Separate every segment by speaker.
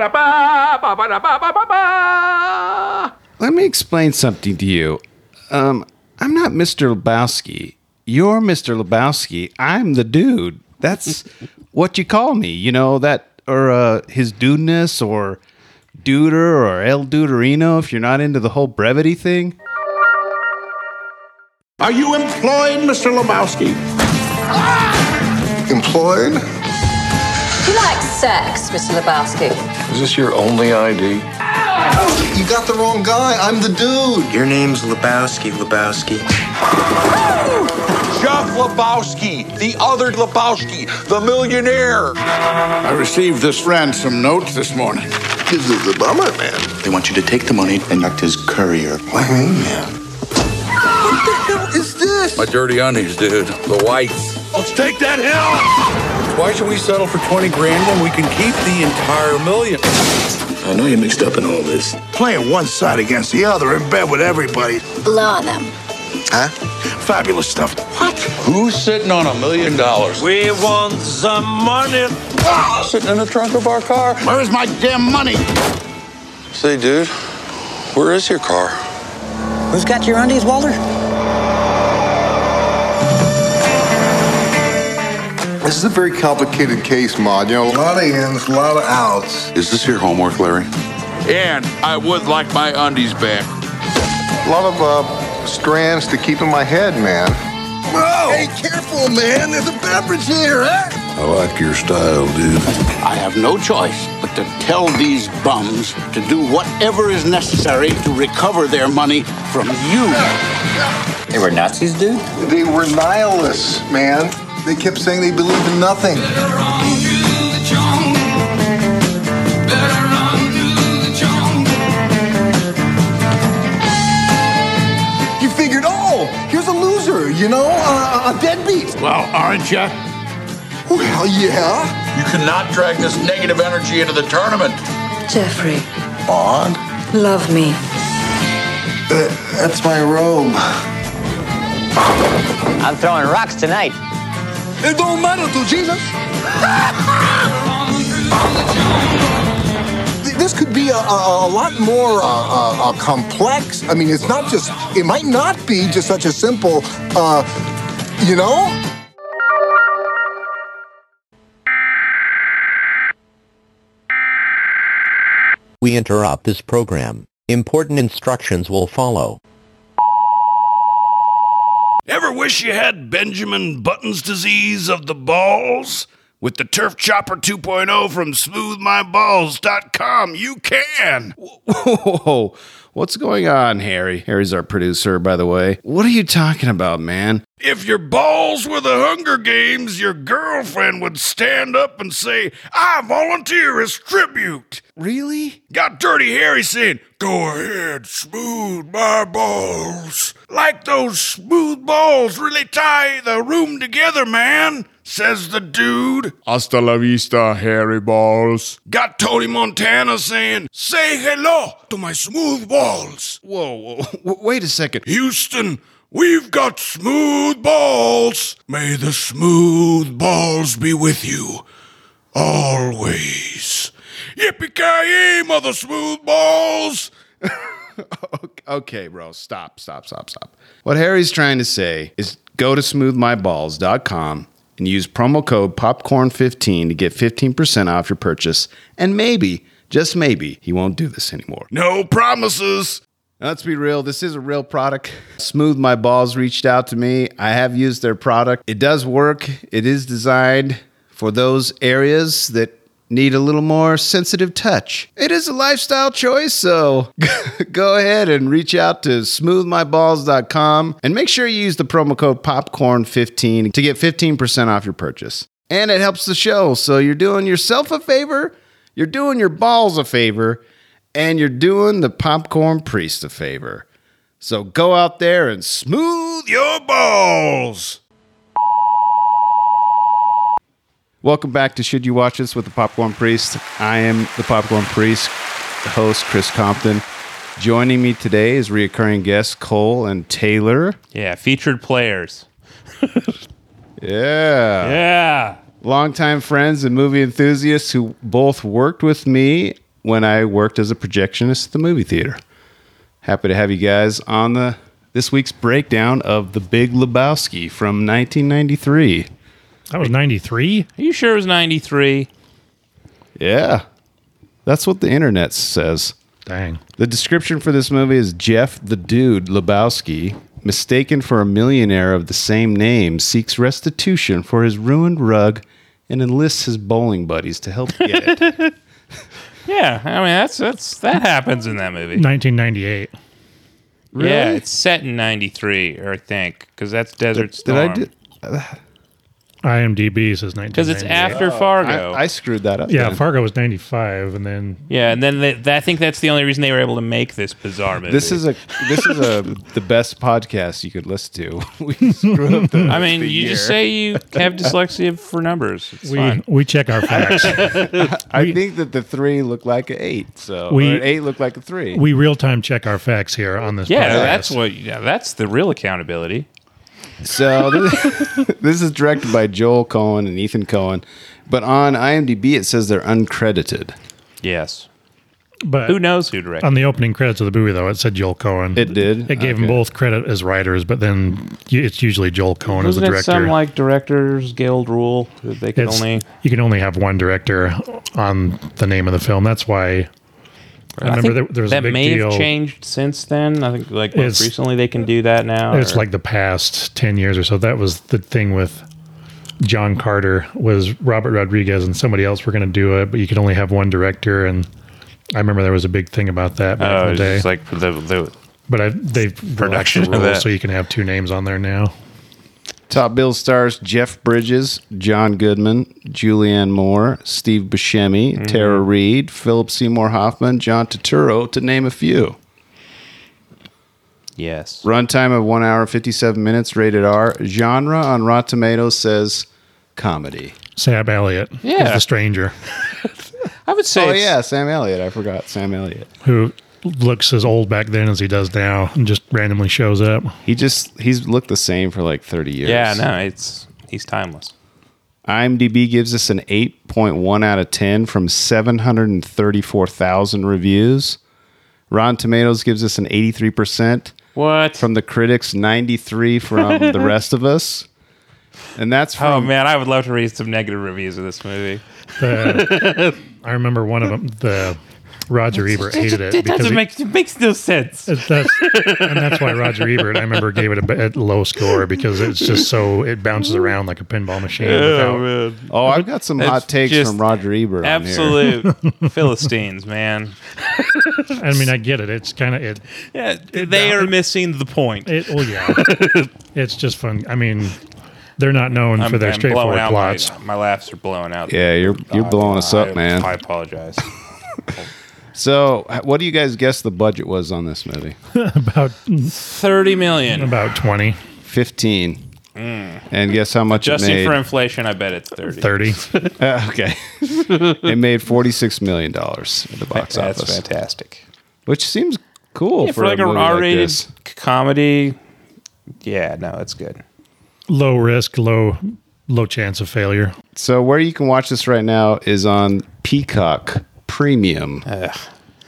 Speaker 1: Ba-ba-da-ba, ba-ba-da-ba-ba-ba-ba.
Speaker 2: Let me explain something to you. Um, I'm not Mr. Lebowski. You're Mr. Lebowski. I'm the dude. That's what you call me. You know that, or uh, his dudeness, or duder, or El Duderino. If you're not into the whole brevity thing.
Speaker 3: Are you employed, Mr. Lebowski?
Speaker 4: Ah!
Speaker 5: Employed?
Speaker 6: You like sex, Mr. Lebowski?
Speaker 4: Is this your only ID?
Speaker 5: You got the wrong guy. I'm the dude.
Speaker 7: Your name's Lebowski, Lebowski.
Speaker 8: Jeff Lebowski, the other Lebowski, the millionaire.
Speaker 3: I received this ransom note this morning.
Speaker 5: This is the bummer, man.
Speaker 7: They want you to take the money and act as courier.
Speaker 5: Why me, man?
Speaker 8: My dirty undies, dude. The whites. Let's take that hill. Why should we settle for 20 grand when we can keep the entire million?
Speaker 7: I know you're mixed up in all this.
Speaker 3: Playing one side against the other in bed with everybody.
Speaker 6: Blow on them.
Speaker 5: Huh?
Speaker 3: Fabulous stuff.
Speaker 8: Who's sitting on a million dollars? We want some money. Sitting in the trunk of our car.
Speaker 3: Where's my damn money?
Speaker 8: Say, dude, where is your car?
Speaker 9: Who's got your undies, Walter?
Speaker 5: This is a very complicated case, Maud. You know, a lot of ins, a lot of outs.
Speaker 4: Is this your homework, Larry?
Speaker 8: And I would like my undies back.
Speaker 5: A lot of uh, strands to keep in my head, man.
Speaker 3: Whoa! Hey,
Speaker 5: careful, man. There's a beverage here, huh?
Speaker 4: I like your style, dude.
Speaker 10: I have no choice but to tell these bums to do whatever is necessary to recover their money from you.
Speaker 9: They were Nazis, dude?
Speaker 5: They were nihilists, man. They kept saying they believed in nothing. You figured, oh, here's a loser, you know, uh, a deadbeat.
Speaker 3: Well, aren't you?
Speaker 5: Well, yeah.
Speaker 8: You cannot drag this negative energy into the tournament.
Speaker 6: Jeffrey,
Speaker 5: On.
Speaker 6: love me.
Speaker 5: Uh, That's my robe.
Speaker 9: I'm throwing rocks tonight.
Speaker 3: It don't matter to Jesus.
Speaker 5: Th- This could be a, a, a lot more uh, uh, uh, complex. I mean, it's not just, it might not be just such a simple, uh, you know?
Speaker 10: We interrupt this program. Important instructions will follow.
Speaker 11: Ever wish you had Benjamin Button's disease of the balls? With the Turf Chopper 2.0 from smoothmyballs.com, you can.
Speaker 2: Whoa, what's going on, Harry? Harry's our producer, by the way. What are you talking about, man?
Speaker 11: If your balls were the Hunger Games, your girlfriend would stand up and say, I volunteer as tribute.
Speaker 2: Really?
Speaker 11: Got Dirty Harry saying, Go ahead, smooth my balls. Like those smooth balls really tie the room together, man, says the dude. Hasta la vista, Harry Balls. Got Tony Montana saying, Say hello to my smooth balls.
Speaker 2: Whoa, whoa, w- wait a second.
Speaker 11: Houston, we've got smooth balls. May the smooth balls be with you always. Yippee ki mother smooth balls.
Speaker 2: Okay, bro, stop, stop, stop, stop. What Harry's trying to say is go to smoothmyballs.com and use promo code popcorn15 to get 15% off your purchase. And maybe, just maybe, he won't do this anymore.
Speaker 11: No promises.
Speaker 2: Now, let's be real, this is a real product. Smooth My Balls reached out to me. I have used their product. It does work, it is designed for those areas that need a little more sensitive touch. It is a lifestyle choice, so go ahead and reach out to smoothmyballs.com and make sure you use the promo code popcorn15 to get 15% off your purchase. And it helps the show, so you're doing yourself a favor, you're doing your balls a favor, and you're doing the popcorn priest a favor. So go out there and smooth your balls. Welcome back to Should You Watch This with the Popcorn Priest. I am the Popcorn Priest, host Chris Compton. Joining me today is reoccurring guests Cole and Taylor.
Speaker 12: Yeah, featured players.
Speaker 2: Yeah.
Speaker 12: Yeah.
Speaker 2: longtime friends and movie enthusiasts who both worked with me when I worked as a projectionist at the movie theater. Happy to have you guys on the this week's breakdown of The Big Lebowski from 1993.
Speaker 1: That was 93?
Speaker 12: Are you sure it was 93?
Speaker 2: Yeah. That's what the internet says. Dang. The description for this movie is Jeff the Dude Lebowski, mistaken for a millionaire of the same name, seeks restitution for his ruined rug and enlists his bowling buddies to help get it.
Speaker 12: Yeah, I mean that's that's that happens in that movie.
Speaker 1: 1998.
Speaker 12: Yeah,
Speaker 1: Really?
Speaker 12: it's set in '93, or I think, because that's Desert
Speaker 1: did
Speaker 12: Storm.
Speaker 1: I do- IMDb says 1998.
Speaker 12: Because it's after Fargo.
Speaker 2: I screwed that up.
Speaker 1: yeah,
Speaker 12: then.
Speaker 1: Fargo was 95, and then
Speaker 12: yeah, and then they, I think that's the only reason they were able to make this bizarre movie.
Speaker 2: This is a this is a the best podcast you could listen to. We screw up the,
Speaker 12: I mean,
Speaker 2: the
Speaker 12: you just
Speaker 2: year.
Speaker 12: say you have dyslexia for numbers. It's
Speaker 1: we
Speaker 12: fine.
Speaker 1: we check our facts.
Speaker 2: I think that the three look like an eight. So or
Speaker 1: We-
Speaker 2: an eight look like a three.
Speaker 1: we real time check our facts here on this.
Speaker 12: Yeah,
Speaker 1: podcast.
Speaker 12: that's what. Yeah, that's the real accountability.
Speaker 2: So this, this is directed by Joel Cohen and Ethan Cohen, but on IMDb it says they're uncredited.
Speaker 12: Yes.
Speaker 1: But
Speaker 12: Who knows who directed?
Speaker 1: On the opening credits of the movie, though, it said Joel Cohen. It
Speaker 2: did.
Speaker 1: It gave them both credit as writers, but then y- it's usually Joel Cohen as the
Speaker 12: Wasn't it
Speaker 1: director.
Speaker 12: some like directors guild rule that they can
Speaker 1: It's-
Speaker 12: only?
Speaker 1: you can only have one director on the name of the film. That's why I remember
Speaker 12: think
Speaker 1: there, there was
Speaker 12: that
Speaker 1: a big
Speaker 12: may
Speaker 1: deal.
Speaker 12: have changed since then. I think like most
Speaker 1: It's-
Speaker 12: recently they can do that now.
Speaker 1: It's
Speaker 12: or-
Speaker 1: like the past ten years or so. That was the thing with John Carter was Robert Rodriguez and somebody else were going to do it, but you could only have one director. And I remember there was a big thing about that back
Speaker 12: Oh,
Speaker 1: in
Speaker 12: it's
Speaker 1: the day.
Speaker 12: just like the, the
Speaker 1: but I, they've relaxed the
Speaker 12: Production of
Speaker 1: rules
Speaker 12: that.
Speaker 1: so you can have two names on there now.
Speaker 2: Top bill stars Jeff Bridges, John Goodman, Julianne Moore, Steve Buscemi, Tara
Speaker 12: Mm-hmm.
Speaker 2: Reid, Philip Seymour Hoffman, John Turturro, to name a few.
Speaker 12: yes.
Speaker 2: Runtime of one hour fifty-seven minutes, rated R. Genre on Rotten Tomatoes says comedy.
Speaker 1: Sam Elliott is
Speaker 2: Yeah.
Speaker 1: the stranger
Speaker 12: I would say
Speaker 2: Oh
Speaker 12: it's-
Speaker 2: yeah, Sam Elliott. I forgot Sam Elliott.
Speaker 1: who looks as old back then as he does now and just randomly shows up.
Speaker 2: He just he's looked the same for like thirty years.
Speaker 12: Yeah, no, it's he's timeless.
Speaker 2: IMDb gives us an 8.1 out of 10 from 734,000 reviews. Rotten Tomatoes gives us an 83%.
Speaker 12: What?
Speaker 2: From the critics, 93 from the rest of us. And that's from
Speaker 12: Oh man, I would love to read some negative reviews of this movie.
Speaker 1: The- Uh, I remember one of them, the Roger Ebert hated it.
Speaker 12: It doesn't
Speaker 1: he-
Speaker 12: make it makes no sense.
Speaker 1: It's- that's- and that's why Roger Ebert, I remember, gave it a, b- a low score because it's just so it bounces around like a pinball machine. without-
Speaker 2: Oh, I've got some
Speaker 1: It's
Speaker 2: hot takes
Speaker 1: just
Speaker 2: from Roger Ebert. on here.
Speaker 12: Absolute Philistines, man.
Speaker 1: I mean, I get it. It's kind of it.
Speaker 12: Yeah, they are missing the point.
Speaker 1: It, well, yeah, it's just fun. I mean, they're not known for their straightforward
Speaker 12: out
Speaker 1: plots.
Speaker 12: My, my laughs are blowing out.
Speaker 2: Yeah, you're you're blowing us up, man.
Speaker 12: I apologize.
Speaker 2: So, h- what do you guys guess the budget was on this movie?
Speaker 1: About
Speaker 12: thirty million.
Speaker 1: About twenty.
Speaker 2: 15.
Speaker 12: Mm.
Speaker 2: And guess how much it
Speaker 12: Adjusting
Speaker 2: made?
Speaker 12: for inflation, I bet it's thirty.
Speaker 2: Uh, okay. it made forty-six million dollars at the box
Speaker 12: That's
Speaker 2: office.
Speaker 12: fantastic.
Speaker 2: Which seems cool
Speaker 12: Yeah,
Speaker 2: for,
Speaker 12: for like
Speaker 2: a
Speaker 12: a
Speaker 2: movie
Speaker 12: R-rated
Speaker 2: like this.
Speaker 12: comedy. Yeah, no, it's good.
Speaker 1: Low risk, low low chance of failure.
Speaker 2: So where you can watch this right now is on Peacock Premium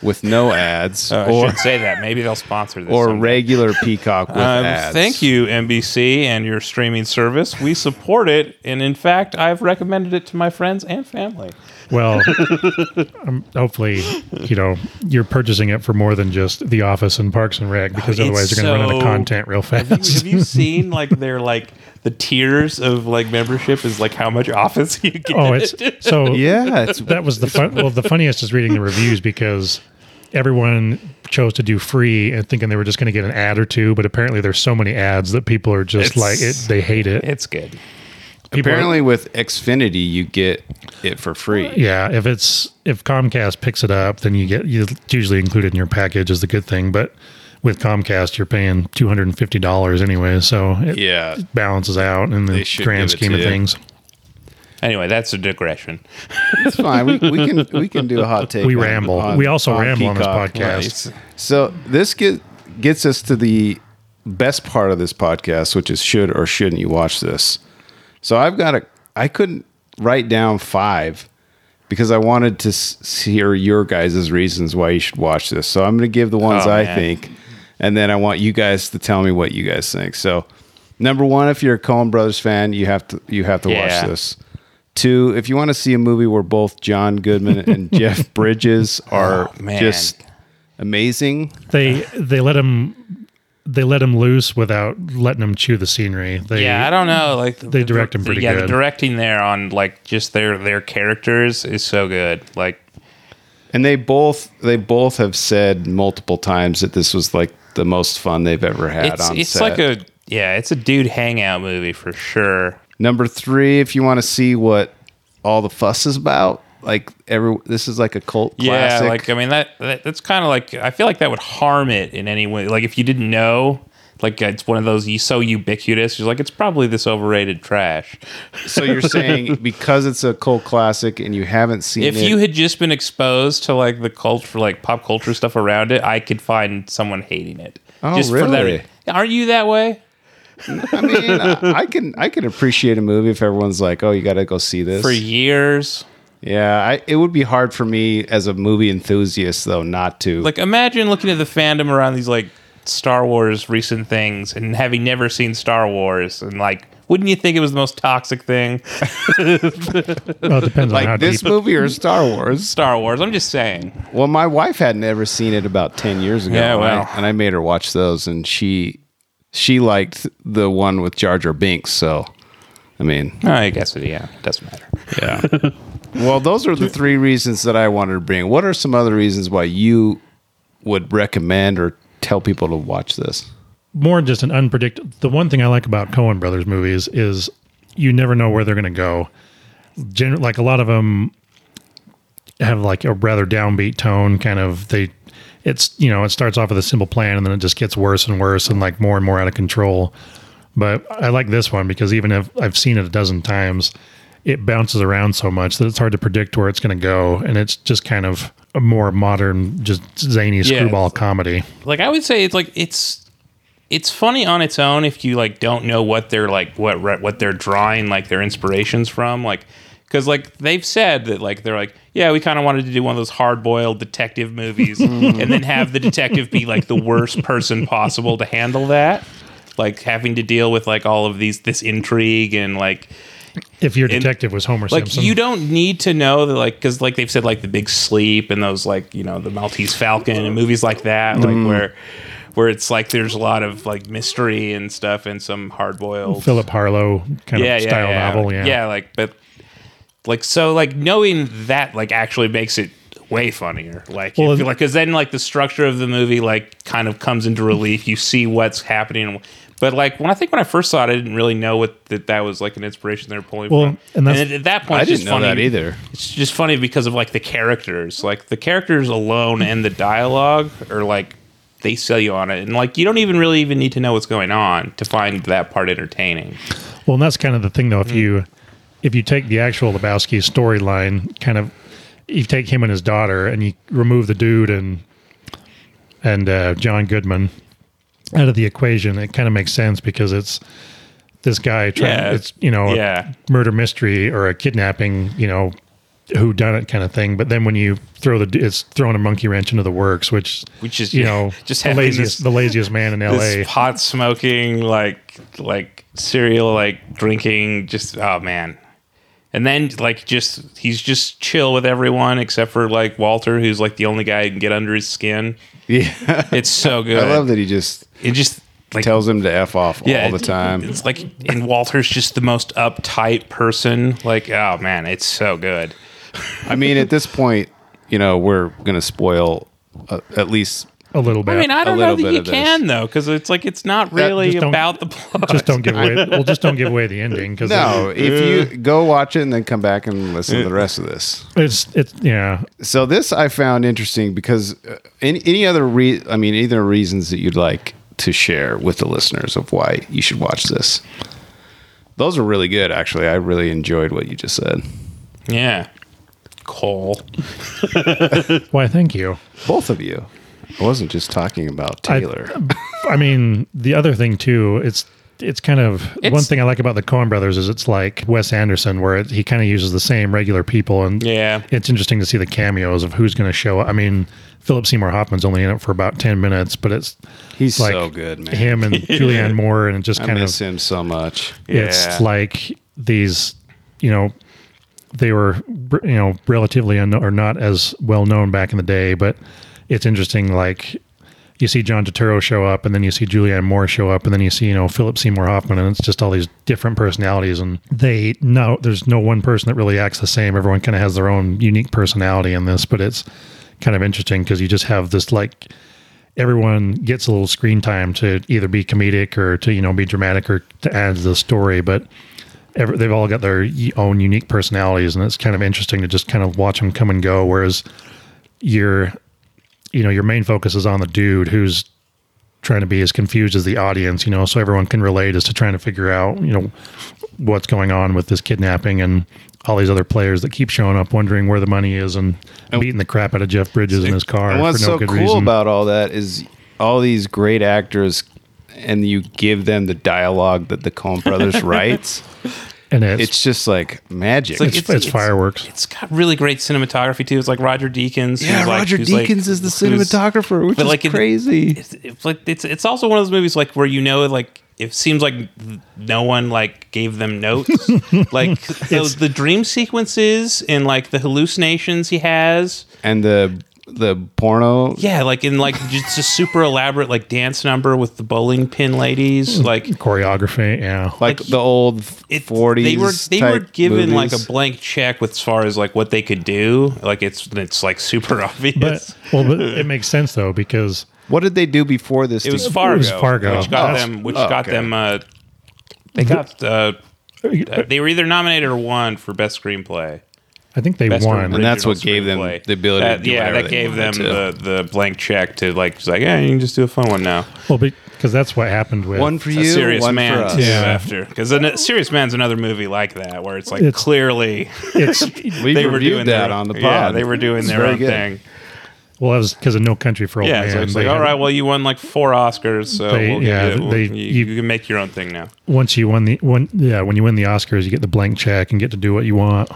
Speaker 2: with no ads
Speaker 12: Oh, I
Speaker 2: or
Speaker 12: should say that. Maybe they'll sponsor this.
Speaker 2: or
Speaker 12: someday.
Speaker 2: regular Peacock with
Speaker 12: Um,
Speaker 2: ads.
Speaker 12: Thank you, NBC, and your streaming service. We support it, and in fact, I've recommended it to my friends and family.
Speaker 1: Well, um, hopefully, you know you're purchasing it for more than just The Office and Parks and Rec because
Speaker 12: Oh, It's
Speaker 1: otherwise you're going to run out of
Speaker 12: so-
Speaker 1: content real fast.
Speaker 12: Have you, have you seen like their like the tiers of like membership is like how much office you get?
Speaker 1: Oh, it's so that was the fun. Well, the funniest is reading the reviews because everyone chose to do free and thinking they were just going to get an ad or two, but apparently there's so many ads that people are just
Speaker 2: It's-
Speaker 1: like it. They hate it.
Speaker 12: It's good.
Speaker 1: People are-
Speaker 2: Apparently, with Xfinity, you get it for free.
Speaker 1: yeah, if it's if Comcast picks it up, then you get you it's usually included in your package is the good thing, but. With Comcast, you're paying two hundred and fifty dollars anyway, so it
Speaker 12: Yeah.
Speaker 1: balances out in the
Speaker 12: They should
Speaker 1: grand
Speaker 12: give it
Speaker 1: scheme
Speaker 12: to
Speaker 1: of
Speaker 12: you.
Speaker 1: things.
Speaker 12: Anyway, that's a digression.
Speaker 2: It's fine. We, we can we can do a hot take.
Speaker 1: We
Speaker 2: on-
Speaker 1: ramble.
Speaker 2: on-
Speaker 1: We also ramble on this
Speaker 2: Peacock.
Speaker 1: podcast.
Speaker 2: So this get, gets us to the best part of this podcast, which is should or shouldn't you watch this? So I've got a. I couldn't. write down five because I wanted to s- hear your guys' reasons why you should watch this. So I'm going to give the ones
Speaker 12: Oh,
Speaker 2: I
Speaker 12: man.
Speaker 2: think, and then I want you guys to tell me what you guys think. So, number one, if you're a Coen Brothers fan, you have to you have to
Speaker 12: Yeah.
Speaker 2: watch this. Two, if you want to see a movie where both John Goodman and Jeff Bridges are
Speaker 12: Oh, man.
Speaker 2: just amazing,
Speaker 1: They they let him they let him loose without letting him chew the scenery. They,
Speaker 12: yeah, I don't know. Like the-
Speaker 1: they direct him pretty
Speaker 12: yeah,
Speaker 1: good.
Speaker 12: the directing there on like just their their characters is so good. Like
Speaker 2: And they both they both have said multiple times that this was like the most fun they've ever had
Speaker 12: it's
Speaker 2: on
Speaker 12: it's
Speaker 2: set.
Speaker 12: like a yeah, it's a dude hangout movie for sure.
Speaker 2: Number three, if you want to see what all the fuss is about, like every this is like a cult classic.
Speaker 12: Yeah, like I mean that, that that's kind of like I feel like that would harm it in any way. Like if you didn't know, like it's one of those you so ubiquitous. You're like it's probably this overrated trash.
Speaker 2: so you're saying because it's a cult classic and you haven't seen
Speaker 12: if
Speaker 2: it,
Speaker 12: you had just been exposed to like the culture, like pop culture stuff around it, I could find someone hating it.
Speaker 2: Oh,
Speaker 12: just For that,
Speaker 2: really?
Speaker 12: aren't you that way?
Speaker 2: I mean, I, I can I can appreciate a movie if everyone's like, oh, you got to go see this
Speaker 12: For years.
Speaker 2: Yeah, I, it would be hard for me as a movie enthusiast though not to.
Speaker 12: Like imagine looking at the fandom around these like Star Wars recent things and having never seen Star Wars and like wouldn't you think it was the most toxic thing?
Speaker 1: Well, it depends
Speaker 2: like
Speaker 1: on how
Speaker 2: this
Speaker 1: deep.
Speaker 2: movie or Star Wars.
Speaker 12: Star Wars. I'm just saying.
Speaker 2: Well, my wife hadn't ever seen it about ten years ago.
Speaker 12: Yeah,
Speaker 2: and I-
Speaker 12: well.
Speaker 2: and I made her watch those, and she she liked the one with Jar Jar Binks. So, I mean,
Speaker 12: I guess it. Yeah, doesn't matter.
Speaker 2: yeah. well, those are the three reasons that I wanted to bring. What are some other reasons why you would recommend or tell people to watch this?
Speaker 1: more just an unpredictable. The one thing I like about Coen Brothers movies is you never know where they're going to go. Gen- like a lot of them have like a rather downbeat tone. Kind of they, it's you know it starts off with a simple plan and then it just gets worse and worse and like more and more out of control. But I like this one because even if I've seen it a dozen times, it bounces around so much that it's hard to predict where it's going to go, and it's just kind of a more modern, just zany
Speaker 12: Yeah,
Speaker 1: screwball comedy.
Speaker 12: Like I would say it's like it's it's funny on its own if you like don't know what they're like what re- what they're drawing like their inspirations from like because like they've said that like they're like yeah we kind of wanted to do one of those hard-boiled detective movies and then have the detective be like the worst person possible to handle that like having to deal with like all of these this intrigue and like
Speaker 1: If your
Speaker 12: And-
Speaker 1: detective was Homer
Speaker 12: like
Speaker 1: Simpson,
Speaker 12: you don't need to know that like because like they've said like the big sleep and those like you know the maltese falcon and movies like that like
Speaker 1: Mm.
Speaker 12: where where it's like there's a lot of like mystery and stuff and some hard-boiled
Speaker 1: Philip Harlow kind of style novel. Yeah.
Speaker 12: yeah like but like so like knowing that like actually makes it way funnier like
Speaker 1: Well,
Speaker 12: if you like because then like the structure of the movie like kind of comes into relief you see what's happening but like when I think when I first saw it, I didn't really know what that that was like an inspiration they were pulling
Speaker 1: Well,
Speaker 12: from.
Speaker 1: and
Speaker 12: And,
Speaker 1: that's-
Speaker 12: at that point,
Speaker 2: I
Speaker 12: it's
Speaker 2: didn't
Speaker 12: just
Speaker 2: know
Speaker 12: funny.
Speaker 2: that either.
Speaker 12: It's just funny because of like the characters, like the characters alone and the dialogue are like they sell you on it, and like you don't even really even need to know what's going on to find that part entertaining.
Speaker 1: Well, and that's kind of the thing, though.
Speaker 12: Mm.
Speaker 1: If you if you take the actual Lebowski storyline, kind of, you take him and his daughter, and you remove the dude and and uh, John Goodman out of the equation, it kind of makes sense because it's this guy trying.
Speaker 12: Yeah.
Speaker 1: It's you know, a
Speaker 12: Yeah.
Speaker 1: murder mystery or a kidnapping. You know. Who done it kind of thing, but then when you throw the it's throwing a monkey wrench into the works, which
Speaker 12: Which is,
Speaker 1: you
Speaker 12: yeah,
Speaker 1: know
Speaker 12: just
Speaker 1: the
Speaker 12: having
Speaker 1: laziest
Speaker 12: this-
Speaker 1: the laziest man in L.A.
Speaker 12: This pot smoking, like like cereal, like drinking, just oh man. And then like just he's just chill with everyone except for like Walter, who's like the only guy who can get under his skin.
Speaker 2: Yeah,
Speaker 12: it's so good.
Speaker 2: I love that he just
Speaker 12: it just
Speaker 2: tells him to f off all the
Speaker 12: it-
Speaker 2: time.
Speaker 12: It's like, and Walter's just the most uptight person. Like, oh man, it's so good.
Speaker 2: I mean, at this point, you know, we're gonna spoil uh, at least
Speaker 1: a little
Speaker 12: I mean, I don't know
Speaker 2: little
Speaker 12: that
Speaker 2: bit
Speaker 12: you
Speaker 2: of this.
Speaker 12: can though, because it's like it's not really
Speaker 1: just don't-
Speaker 12: about the plot.
Speaker 1: just don't give away. Well, just don't give away the ending because
Speaker 2: No, if you go watch it and then come back and listen to the rest of this.
Speaker 1: It's it's yeah.
Speaker 2: So this I found interesting because uh, any any other re- I mean, any other reasons that you'd like to share with the listeners of why you should watch this. Those are really good, actually. I really enjoyed what you just said.
Speaker 12: Yeah, Cole.
Speaker 1: Why? Thank you.
Speaker 2: Both of you. I wasn't just talking about
Speaker 1: I-
Speaker 2: Taylor.
Speaker 1: I mean, the other thing too. It's it's kind of
Speaker 12: It's-
Speaker 1: one thing I like about the Coen Brothers is it's like Wes Anderson, where it, he kind of uses the same regular people, and
Speaker 12: yeah,
Speaker 1: it's interesting to see the cameos of who's going to show up. I mean, Philip Seymour Hoffman's only in it for about ten minutes, but it's
Speaker 2: He's
Speaker 1: like
Speaker 2: so good, man.
Speaker 1: Him and Julianne Moore, and it just
Speaker 2: I
Speaker 1: kind
Speaker 2: miss
Speaker 1: of
Speaker 2: him so much.
Speaker 1: it's like these, you know, they were br- you know relatively unknown or not as well known back in the day, but it's interesting like. You see John Turturro show up, and then you see Julianne Moore show up, and then you see you know Philip Seymour Hoffman, and it's just all these different personalities, and they no, there's no one person that really acts the same. Everyone kind of has their own unique personality in this, but it's kind of interesting because you just have this like everyone gets a little screen time to either be comedic or to you know be dramatic or to add to the story but every, they've all got their y- own unique personalities and it's kind of interesting to just kind of watch them come and go whereas your you know your main focus is on the dude who's trying to be as confused as the audience you know so everyone can relate as to trying to figure out you know what's going on with this kidnapping and all these other players that keep showing up wondering where the money is and, beating the crap out of Jeff Bridges in his car
Speaker 2: And what's
Speaker 1: for no
Speaker 2: so
Speaker 1: good
Speaker 2: cool
Speaker 1: reason.
Speaker 2: about all that is all these great actors, and you give them the dialogue that the Coen Brothers writes,
Speaker 1: and it's,
Speaker 2: just like magic.
Speaker 12: It's like- It's- it's- it's it's-
Speaker 1: fireworks.
Speaker 12: It's got really great cinematography too. It's like Roger Deakins.
Speaker 2: Yeah,
Speaker 12: who's, like-
Speaker 2: Roger
Speaker 12: who's, like,
Speaker 2: Deakins is the
Speaker 12: who's-
Speaker 2: cinematographer, which
Speaker 12: but,
Speaker 2: is
Speaker 12: like, it-
Speaker 2: crazy.
Speaker 12: It's, it's like it's it's also one of those movies like where you know like it seems like no one like gave them notes. like those the dream sequences and like the hallucinations he has.
Speaker 2: and the the porno.
Speaker 12: Yeah, like in like just a super elaborate like dance number with the bowling pin ladies. Like
Speaker 1: choreography, yeah,
Speaker 2: like, the old forties.
Speaker 12: they were they were given like a blank check with as far as like what they could do. Like it's it's like super obvious.
Speaker 1: But well, but it makes sense though because
Speaker 2: what did they do before this?
Speaker 12: it was Fargo.
Speaker 1: It was Fargo. Oh.
Speaker 12: which got them, which got them. Uh, they got. Uh, uh, they were either nominated or won for best screenplay.
Speaker 1: I think they
Speaker 12: Best
Speaker 1: won,
Speaker 2: and that's what gave them
Speaker 12: Screenplay.
Speaker 2: the ability.
Speaker 12: That-
Speaker 2: to do
Speaker 12: yeah,
Speaker 2: whatever
Speaker 12: that
Speaker 2: they
Speaker 12: gave them
Speaker 2: wanted to.
Speaker 12: the, the blank check to like, just like, yeah, you can just do a fun one now.
Speaker 1: well because that's what happened with
Speaker 2: One for
Speaker 12: a
Speaker 2: you,
Speaker 12: serious
Speaker 2: one
Speaker 12: man
Speaker 2: for us.
Speaker 12: too,
Speaker 1: Yeah.
Speaker 12: after because serious man's another movie like that where it's like
Speaker 1: It's-
Speaker 12: clearly
Speaker 1: it's-
Speaker 2: We
Speaker 12: they were
Speaker 2: reviewed
Speaker 12: doing
Speaker 2: that
Speaker 12: their,
Speaker 2: on the
Speaker 12: yeah
Speaker 2: pod.
Speaker 12: they were doing
Speaker 2: It's
Speaker 12: their
Speaker 2: very
Speaker 12: own
Speaker 2: good.
Speaker 12: thing
Speaker 1: well that was because of No Country for Old
Speaker 12: yeah
Speaker 1: Men.
Speaker 12: so it's like
Speaker 1: Oh, They
Speaker 12: all
Speaker 1: had-
Speaker 12: right well you won like four Oscars so
Speaker 1: They-
Speaker 12: we'll
Speaker 1: yeah,
Speaker 12: give you,
Speaker 1: they-
Speaker 12: you, you, can make your own thing now
Speaker 1: once you won the one, yeah, when you win the Oscars, you get the blank check and get to do what you want.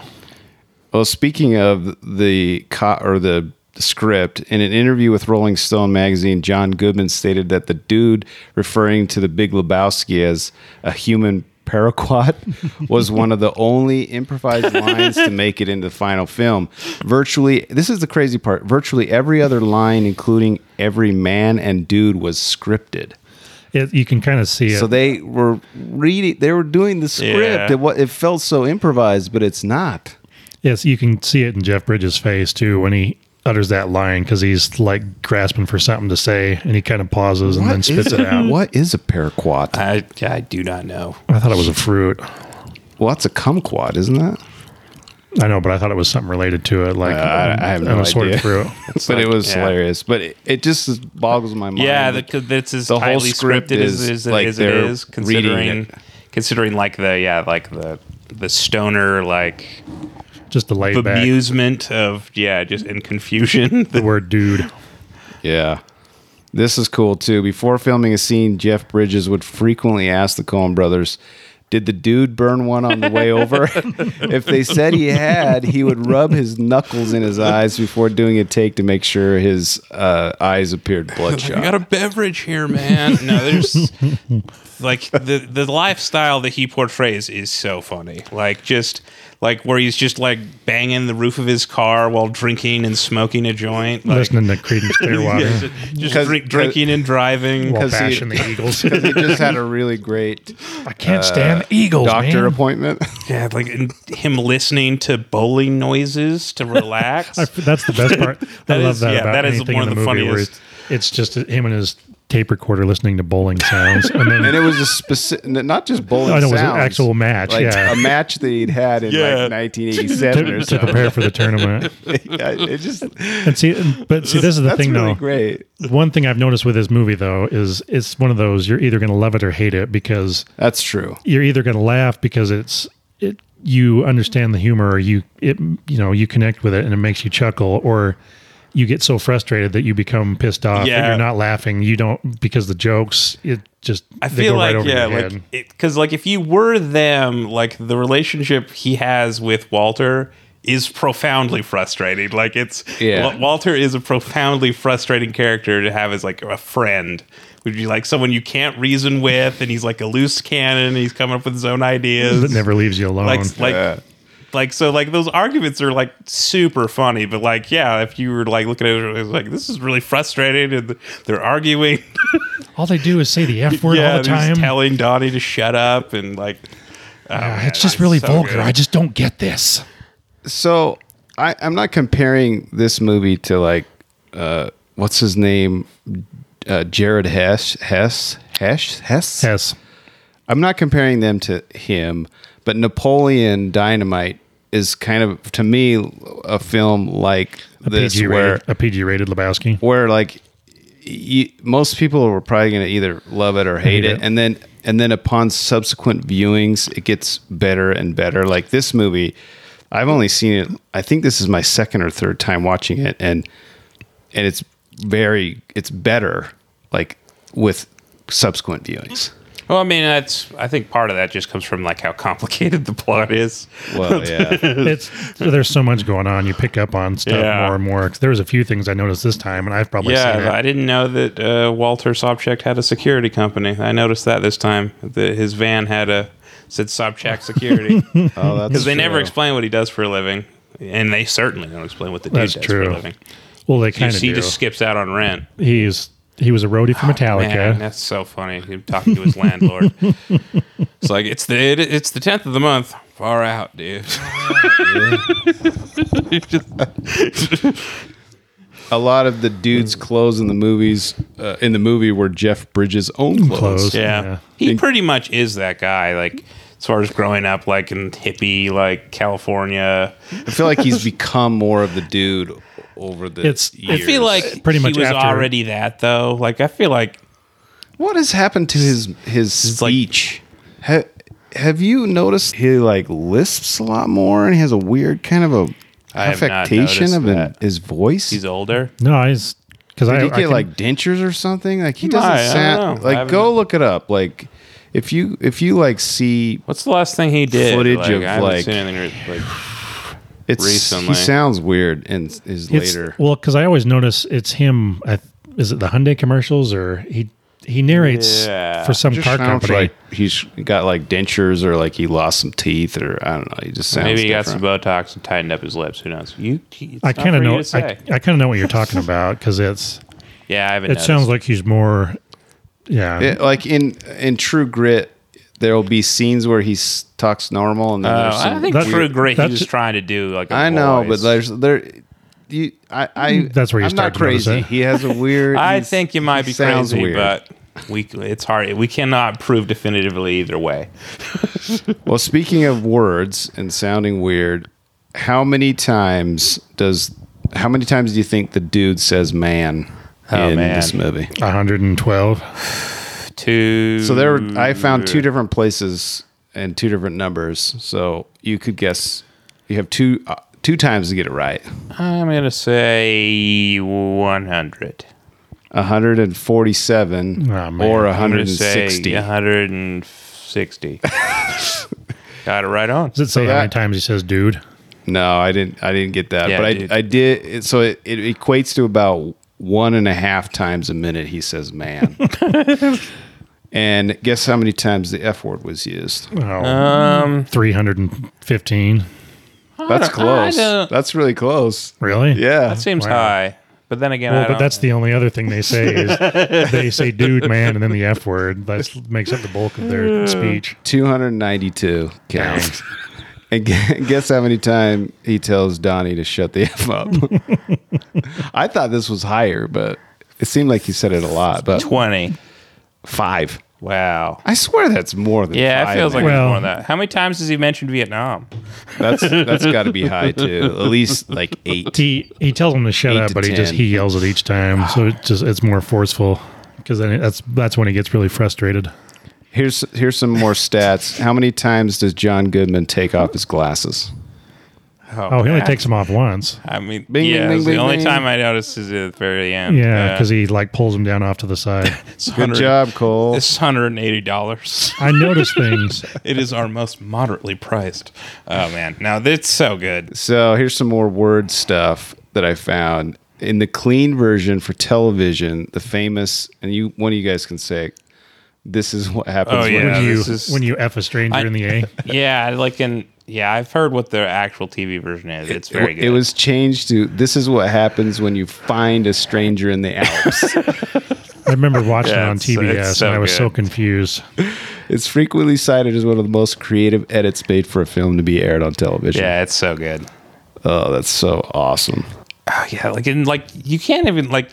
Speaker 2: Well, speaking of the co- or the script, in an interview with Rolling Stone magazine, John Goodman stated that the dude referring to the Big Lebowski as a human paraquat was one of the only improvised lines to make it into the final film. Virtually, this is the crazy part. Virtually every other line, including every man and dude, was scripted.
Speaker 1: It, you can kind of see it.
Speaker 2: So they were reading. They were doing the script.
Speaker 1: Yeah.
Speaker 2: It, wa- it felt so improvised, but it's not.
Speaker 1: Yes, you can see it in Jeff Bridges' face too when he utters that line because he's like grasping for something to say and he kind of pauses and
Speaker 2: What
Speaker 1: then spits
Speaker 2: is
Speaker 1: it
Speaker 2: a-
Speaker 1: out.
Speaker 2: What is a paraquat?
Speaker 12: I I do not know
Speaker 1: I thought it was a fruit.
Speaker 2: Well, that's a kumquat, isn't that?
Speaker 1: I know, but I thought it was something related to it, like um,
Speaker 2: I, I have
Speaker 1: an
Speaker 2: no
Speaker 1: assorted
Speaker 2: idea.
Speaker 1: fruit.
Speaker 2: but it was hilarious. But it, it just boggles my mind.
Speaker 12: yeah
Speaker 2: that
Speaker 12: the, that's as
Speaker 2: the whole
Speaker 12: highly
Speaker 2: script
Speaker 12: scripted
Speaker 2: is
Speaker 12: as, as,
Speaker 2: like
Speaker 12: as it
Speaker 2: they're
Speaker 12: is
Speaker 2: reading
Speaker 12: considering considering like the yeah like the the stoner like
Speaker 1: Just the laid back.
Speaker 12: bemusement of yeah just and confusion
Speaker 1: the word dude
Speaker 2: Yeah. This is cool too. Before filming a scene, Jeff Bridges would frequently ask the Coen brothers, Did the dude burn one on the way over? if they said he had, he would rub his knuckles in his eyes before doing a take to make sure his uh, eyes appeared bloodshot.
Speaker 12: I got a beverage here, man. No, there's like the the lifestyle that he portrays is so funny. Like just like where he's just like banging the roof of his car while drinking and smoking a joint, like
Speaker 1: listening to Creedence Clearwater.
Speaker 12: yeah, ju- just, drink, drinking and driving.
Speaker 1: While bashing the Eagles.
Speaker 2: Because he just had a really great.
Speaker 1: I can't stand the
Speaker 12: Oh,
Speaker 1: Eagles,
Speaker 2: Doctor
Speaker 1: man.
Speaker 2: appointment.
Speaker 12: Yeah, like and him listening to bowling noises to relax.
Speaker 1: I, that's the best part.
Speaker 12: That
Speaker 1: I love
Speaker 12: is-
Speaker 1: that
Speaker 12: yeah,
Speaker 1: about
Speaker 12: that is
Speaker 1: anything
Speaker 12: one
Speaker 1: in
Speaker 12: of
Speaker 1: the,
Speaker 12: the
Speaker 1: movie where
Speaker 12: funniest.
Speaker 1: it's, it's just him and his tape recorder listening to bowling sounds, and then
Speaker 2: and it was a specific, not just bowling.
Speaker 1: I know, Oh, it was an
Speaker 2: sounds,
Speaker 1: actual match,
Speaker 2: like
Speaker 1: yeah.
Speaker 2: a match that he'd had in
Speaker 1: Yeah.
Speaker 2: like 1987
Speaker 1: To-
Speaker 2: or
Speaker 1: to
Speaker 2: something.
Speaker 1: prepare for the tournament.
Speaker 2: yeah, it just
Speaker 1: and see, and- but see, this is the
Speaker 2: That's
Speaker 1: thing,
Speaker 2: really
Speaker 1: though.
Speaker 2: great.
Speaker 1: One thing I've noticed with this movie, though, is it's one of those you're either going to love it or hate it because
Speaker 2: that's true.
Speaker 1: You're either going to laugh because it's it you understand the humor, or you it you know you connect with it, and it makes you chuckle, or you get so frustrated that you become pissed off. and
Speaker 12: Yeah.
Speaker 1: you're not laughing. You don't because the jokes it just
Speaker 12: I feel like yeah,
Speaker 1: your head.
Speaker 12: like because like if you were them, like the relationship he has with Walter is profoundly frustrating. Like it's
Speaker 13: Yeah.
Speaker 12: Wa- Walter is a profoundly frustrating character to have as like a friend. Would be like someone you can't reason with, and he's like a loose cannon. And he's coming up with his own ideas
Speaker 1: that never leaves you alone.
Speaker 12: Like, like, like so, like those arguments are like super funny, but like, yeah, if you were like looking at it, it was like this is really frustrating, and they're arguing.
Speaker 1: all they do is say the f word all the
Speaker 12: and he's
Speaker 1: time.
Speaker 12: telling Donnie to shut up and like. oh,
Speaker 1: Ah,
Speaker 12: man,
Speaker 1: it's just really
Speaker 12: so
Speaker 1: vulgar.
Speaker 12: good.
Speaker 1: I just don't get this.
Speaker 2: So I, I'm not comparing this movie to like uh, what's his name, uh, Jared Hess, Hess, Hess, Hess,
Speaker 1: Hess.
Speaker 2: I'm not comparing them to him, but Napoleon Dynamite is kind of to me a film like
Speaker 1: A
Speaker 2: this
Speaker 1: PG
Speaker 2: where
Speaker 1: rated, a PG rated Lebowski.
Speaker 2: where like you, most people are probably going to either love it or hate,
Speaker 1: Hate
Speaker 2: it.
Speaker 1: it.
Speaker 2: and then and then upon subsequent viewings, it gets better and better. Like this movie, I've only seen it. I think this is my second or third time watching it, and and it's very it's better like with subsequent viewings.
Speaker 12: Well, I mean, that's. I think part of that just comes from like how complicated the plot is.
Speaker 2: Well, yeah.
Speaker 1: it's there's so much going on. You pick up on stuff
Speaker 12: Yeah.
Speaker 1: more and more. There was a few things I noticed this time, and I've probably seen
Speaker 12: yeah,
Speaker 1: it.
Speaker 12: I didn't know that uh, Walter Sobchak had a security company. I noticed that this time. That his van had a said Sobchak Security.
Speaker 2: Oh, that's
Speaker 12: because they never
Speaker 2: true.
Speaker 12: explain what he does for a living, and they certainly don't explain what the dude
Speaker 1: That's
Speaker 12: does for a
Speaker 1: true.
Speaker 12: living.
Speaker 1: Well, they
Speaker 12: He-
Speaker 1: kind of
Speaker 12: he
Speaker 1: do.
Speaker 12: just skips out on rent.
Speaker 1: He's he was a roadie for Metallica.
Speaker 12: Oh, Man, that's so funny. Him talking to his landlord. It's like it's the it, it's the tenth of the month. Far out, dude.
Speaker 2: a lot of the dude's clothes in the movies uh, in the movie were Jeff Bridges' own clothes.
Speaker 12: Yeah. He pretty much is that guy, like as far as growing up like in hippie like California.
Speaker 2: I feel like he's become more of the dude over the
Speaker 12: It's-
Speaker 2: years.
Speaker 12: I feel like pretty much he was already that though. Like I feel like
Speaker 2: what has happened to his his speech? ha, have you noticed he like lisps a lot more and he has a weird kind of a
Speaker 12: I have not
Speaker 2: affectation
Speaker 12: noticed
Speaker 2: of an, his voice?
Speaker 12: he's older.
Speaker 1: No, he's because
Speaker 2: Did
Speaker 1: I
Speaker 2: he
Speaker 1: I
Speaker 2: get
Speaker 1: can-
Speaker 2: like dentures or something? Like he
Speaker 12: He
Speaker 2: doesn't
Speaker 12: might, I don't
Speaker 2: sound
Speaker 12: know. I
Speaker 2: like
Speaker 12: haven't-
Speaker 2: go look it up. Like if you if you like see
Speaker 12: what's the last thing he did?
Speaker 2: footage
Speaker 12: Like,
Speaker 2: of
Speaker 12: I haven't
Speaker 2: like
Speaker 12: seen anything re- like
Speaker 2: it's
Speaker 12: recently.
Speaker 2: he sounds weird and is
Speaker 1: it's-
Speaker 2: later.
Speaker 1: Well, because I always notice it's him. I, is it the Hyundai commercials or he he narrates
Speaker 2: Yeah.
Speaker 1: for some
Speaker 2: Just
Speaker 1: car
Speaker 2: sounds
Speaker 1: company?
Speaker 2: Like he's got like dentures or like he lost some teeth or I don't know. He just sounds
Speaker 12: Maybe he got
Speaker 2: different.
Speaker 12: some Botox and tightened up his lips. Who knows? You, it's
Speaker 1: I
Speaker 12: not
Speaker 1: kind of
Speaker 12: for you
Speaker 1: know.
Speaker 12: to
Speaker 1: I,
Speaker 12: say.
Speaker 1: I kind of know what you're talking about because it's.
Speaker 12: Yeah, I
Speaker 1: It
Speaker 12: haven't. noticed.
Speaker 1: sounds like he's more. Yeah,
Speaker 2: Yeah, like in in True Grit, there will be scenes where he s- talks normal and then
Speaker 12: Oh,
Speaker 2: there's
Speaker 12: I
Speaker 2: some
Speaker 12: think
Speaker 2: weird-
Speaker 12: True Grit. He was trying to do like. a
Speaker 2: I know,
Speaker 12: voice.
Speaker 2: but there's there. You, I, I.
Speaker 1: That's where you
Speaker 2: I'm
Speaker 1: start
Speaker 2: not
Speaker 1: to notice
Speaker 2: crazy.
Speaker 1: it.
Speaker 2: He has a weird.
Speaker 12: I
Speaker 2: he's-
Speaker 12: think you might
Speaker 2: he
Speaker 12: be
Speaker 2: sounds
Speaker 12: crazy,
Speaker 2: weird.
Speaker 12: but we it's hard. We cannot prove definitively either way.
Speaker 2: Well, speaking of words and sounding weird, how many times does how many times do you think the dude says "man"
Speaker 12: Oh,
Speaker 2: in
Speaker 12: man.
Speaker 2: this movie?
Speaker 1: 112.
Speaker 12: two.
Speaker 2: So there, I found two different places and two different numbers. So you could guess. You have two uh, two times to get it right.
Speaker 12: I'm gonna say 100
Speaker 2: 147
Speaker 12: Oh,
Speaker 2: or
Speaker 12: I'm gonna say
Speaker 2: 160.
Speaker 12: 160. Got it right on.
Speaker 1: Does it say how many times he says "dude"?
Speaker 2: No, I didn't. I didn't get that.
Speaker 12: Yeah,
Speaker 2: but I,
Speaker 12: dude.
Speaker 2: I did. It, so it, it equates to about one and a half times a minute. He says "man," and guess how many times the F word was used?
Speaker 1: Oh, um, 315.
Speaker 2: That's
Speaker 12: I don't- I
Speaker 2: close.
Speaker 12: don't-
Speaker 2: That's really close.
Speaker 1: Really?
Speaker 2: Yeah.
Speaker 12: That seems
Speaker 1: Wow.
Speaker 12: high, but then again, I
Speaker 1: Well, but
Speaker 12: don't-
Speaker 1: that's the only other thing they say is they say "dude," "man," and then the F word. That makes up the bulk of their speech.
Speaker 2: 292 counts. and gu- guess how many times he tells Donnie to shut the F up? I thought this was higher, but it seemed like he said it a lot. But
Speaker 12: 20.
Speaker 2: Five.
Speaker 12: Wow.
Speaker 2: I swear that's more than
Speaker 12: Yeah,
Speaker 2: five,
Speaker 12: it feels like
Speaker 2: man.
Speaker 12: it's more than that. How many times has he mentioned Vietnam?
Speaker 2: That's that's got to be high too. At least like eight.
Speaker 1: He he tells him to shut
Speaker 2: Eight
Speaker 1: up,
Speaker 2: to
Speaker 1: but he just
Speaker 2: 10.
Speaker 1: he yells it each time, so it just it's more forceful. Because then it- that's that's when he gets really frustrated.
Speaker 2: Here's here's some more stats. How many times does John Goodman take off his glasses?
Speaker 1: Oh, he only
Speaker 12: man.
Speaker 1: takes them off once.
Speaker 12: I mean,
Speaker 1: Bing,
Speaker 12: yeah,
Speaker 1: bing,
Speaker 12: it's
Speaker 1: bing,
Speaker 12: the only
Speaker 1: bing.
Speaker 12: time I noticed is at the very end.
Speaker 1: Yeah,
Speaker 12: Uh,
Speaker 1: because he like pulls them down off to the side.
Speaker 12: it's 100
Speaker 2: Cole.
Speaker 12: It's hundred and eighty dollars.
Speaker 1: I noticed things.
Speaker 12: it is our most moderately priced. Oh man, now that's so good.
Speaker 2: So here's some more word stuff that I found in the clean version for television. The famous and you, one of you guys can say, "This is what happens."
Speaker 12: Oh, yeah,
Speaker 1: when you
Speaker 12: this is-
Speaker 1: when you f a stranger
Speaker 12: I-
Speaker 1: in the a.
Speaker 12: yeah, like in yeah, I've heard what the actual TV version is. It's very
Speaker 2: It
Speaker 12: good.
Speaker 2: was changed to "This is what happens when you find a stranger in the Alps."
Speaker 1: I remember watching
Speaker 2: Yeah,
Speaker 1: it on
Speaker 2: it's- it's
Speaker 1: TBS,
Speaker 2: so
Speaker 1: and I was so
Speaker 2: good.
Speaker 1: confused.
Speaker 2: it's frequently cited as one of the most creative edits made for a film to be aired on television.
Speaker 12: Yeah, it's so good.
Speaker 2: Oh, that's so awesome.
Speaker 12: Oh, yeah, like in like you can't even like.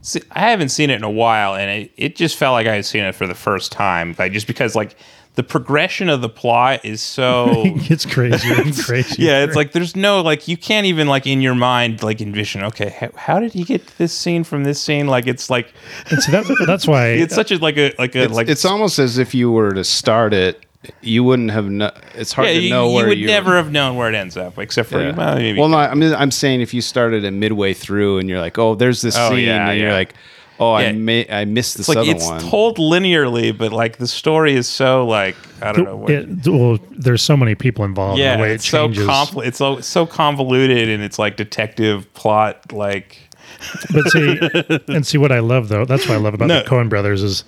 Speaker 12: See, I haven't seen it in a while, and it, it just felt like I had seen it for the first time, like just because like the progression of the plot is so
Speaker 1: It's crazy, and crazy.
Speaker 12: yeah it's like there's no like you can't even like in your mind like envision okay how, how did he get this scene from this scene like it's like
Speaker 1: and so that, that's why
Speaker 12: it's such a like a like a
Speaker 2: It's,
Speaker 12: like
Speaker 2: it's almost as if you were to start it, you wouldn't have. No, it's hard
Speaker 12: yeah,
Speaker 2: to
Speaker 12: you,
Speaker 2: know
Speaker 12: you
Speaker 2: where
Speaker 12: would
Speaker 2: you
Speaker 12: never have known where it ends up except for
Speaker 2: Yeah.
Speaker 12: well, maybe
Speaker 2: Well, no, I mean, I'm saying if you started it midway through and you're like, oh, there's this
Speaker 12: Oh,
Speaker 2: scene,
Speaker 12: yeah,
Speaker 2: and you're
Speaker 12: yeah.
Speaker 2: like, oh, I
Speaker 12: Yeah.
Speaker 2: may, I missed
Speaker 12: it's
Speaker 2: this
Speaker 12: like
Speaker 2: other
Speaker 12: it's
Speaker 2: one.
Speaker 12: told linearly but like the story is so like i don't know what
Speaker 1: It- well, there's so many people involved.
Speaker 12: yeah
Speaker 1: in the way it
Speaker 12: it's
Speaker 1: changes.
Speaker 12: so compl- it's so, so convoluted and it's like detective plot like
Speaker 1: but see, and see what I love though. That's what I love about
Speaker 12: No.
Speaker 1: the Coen Brothers is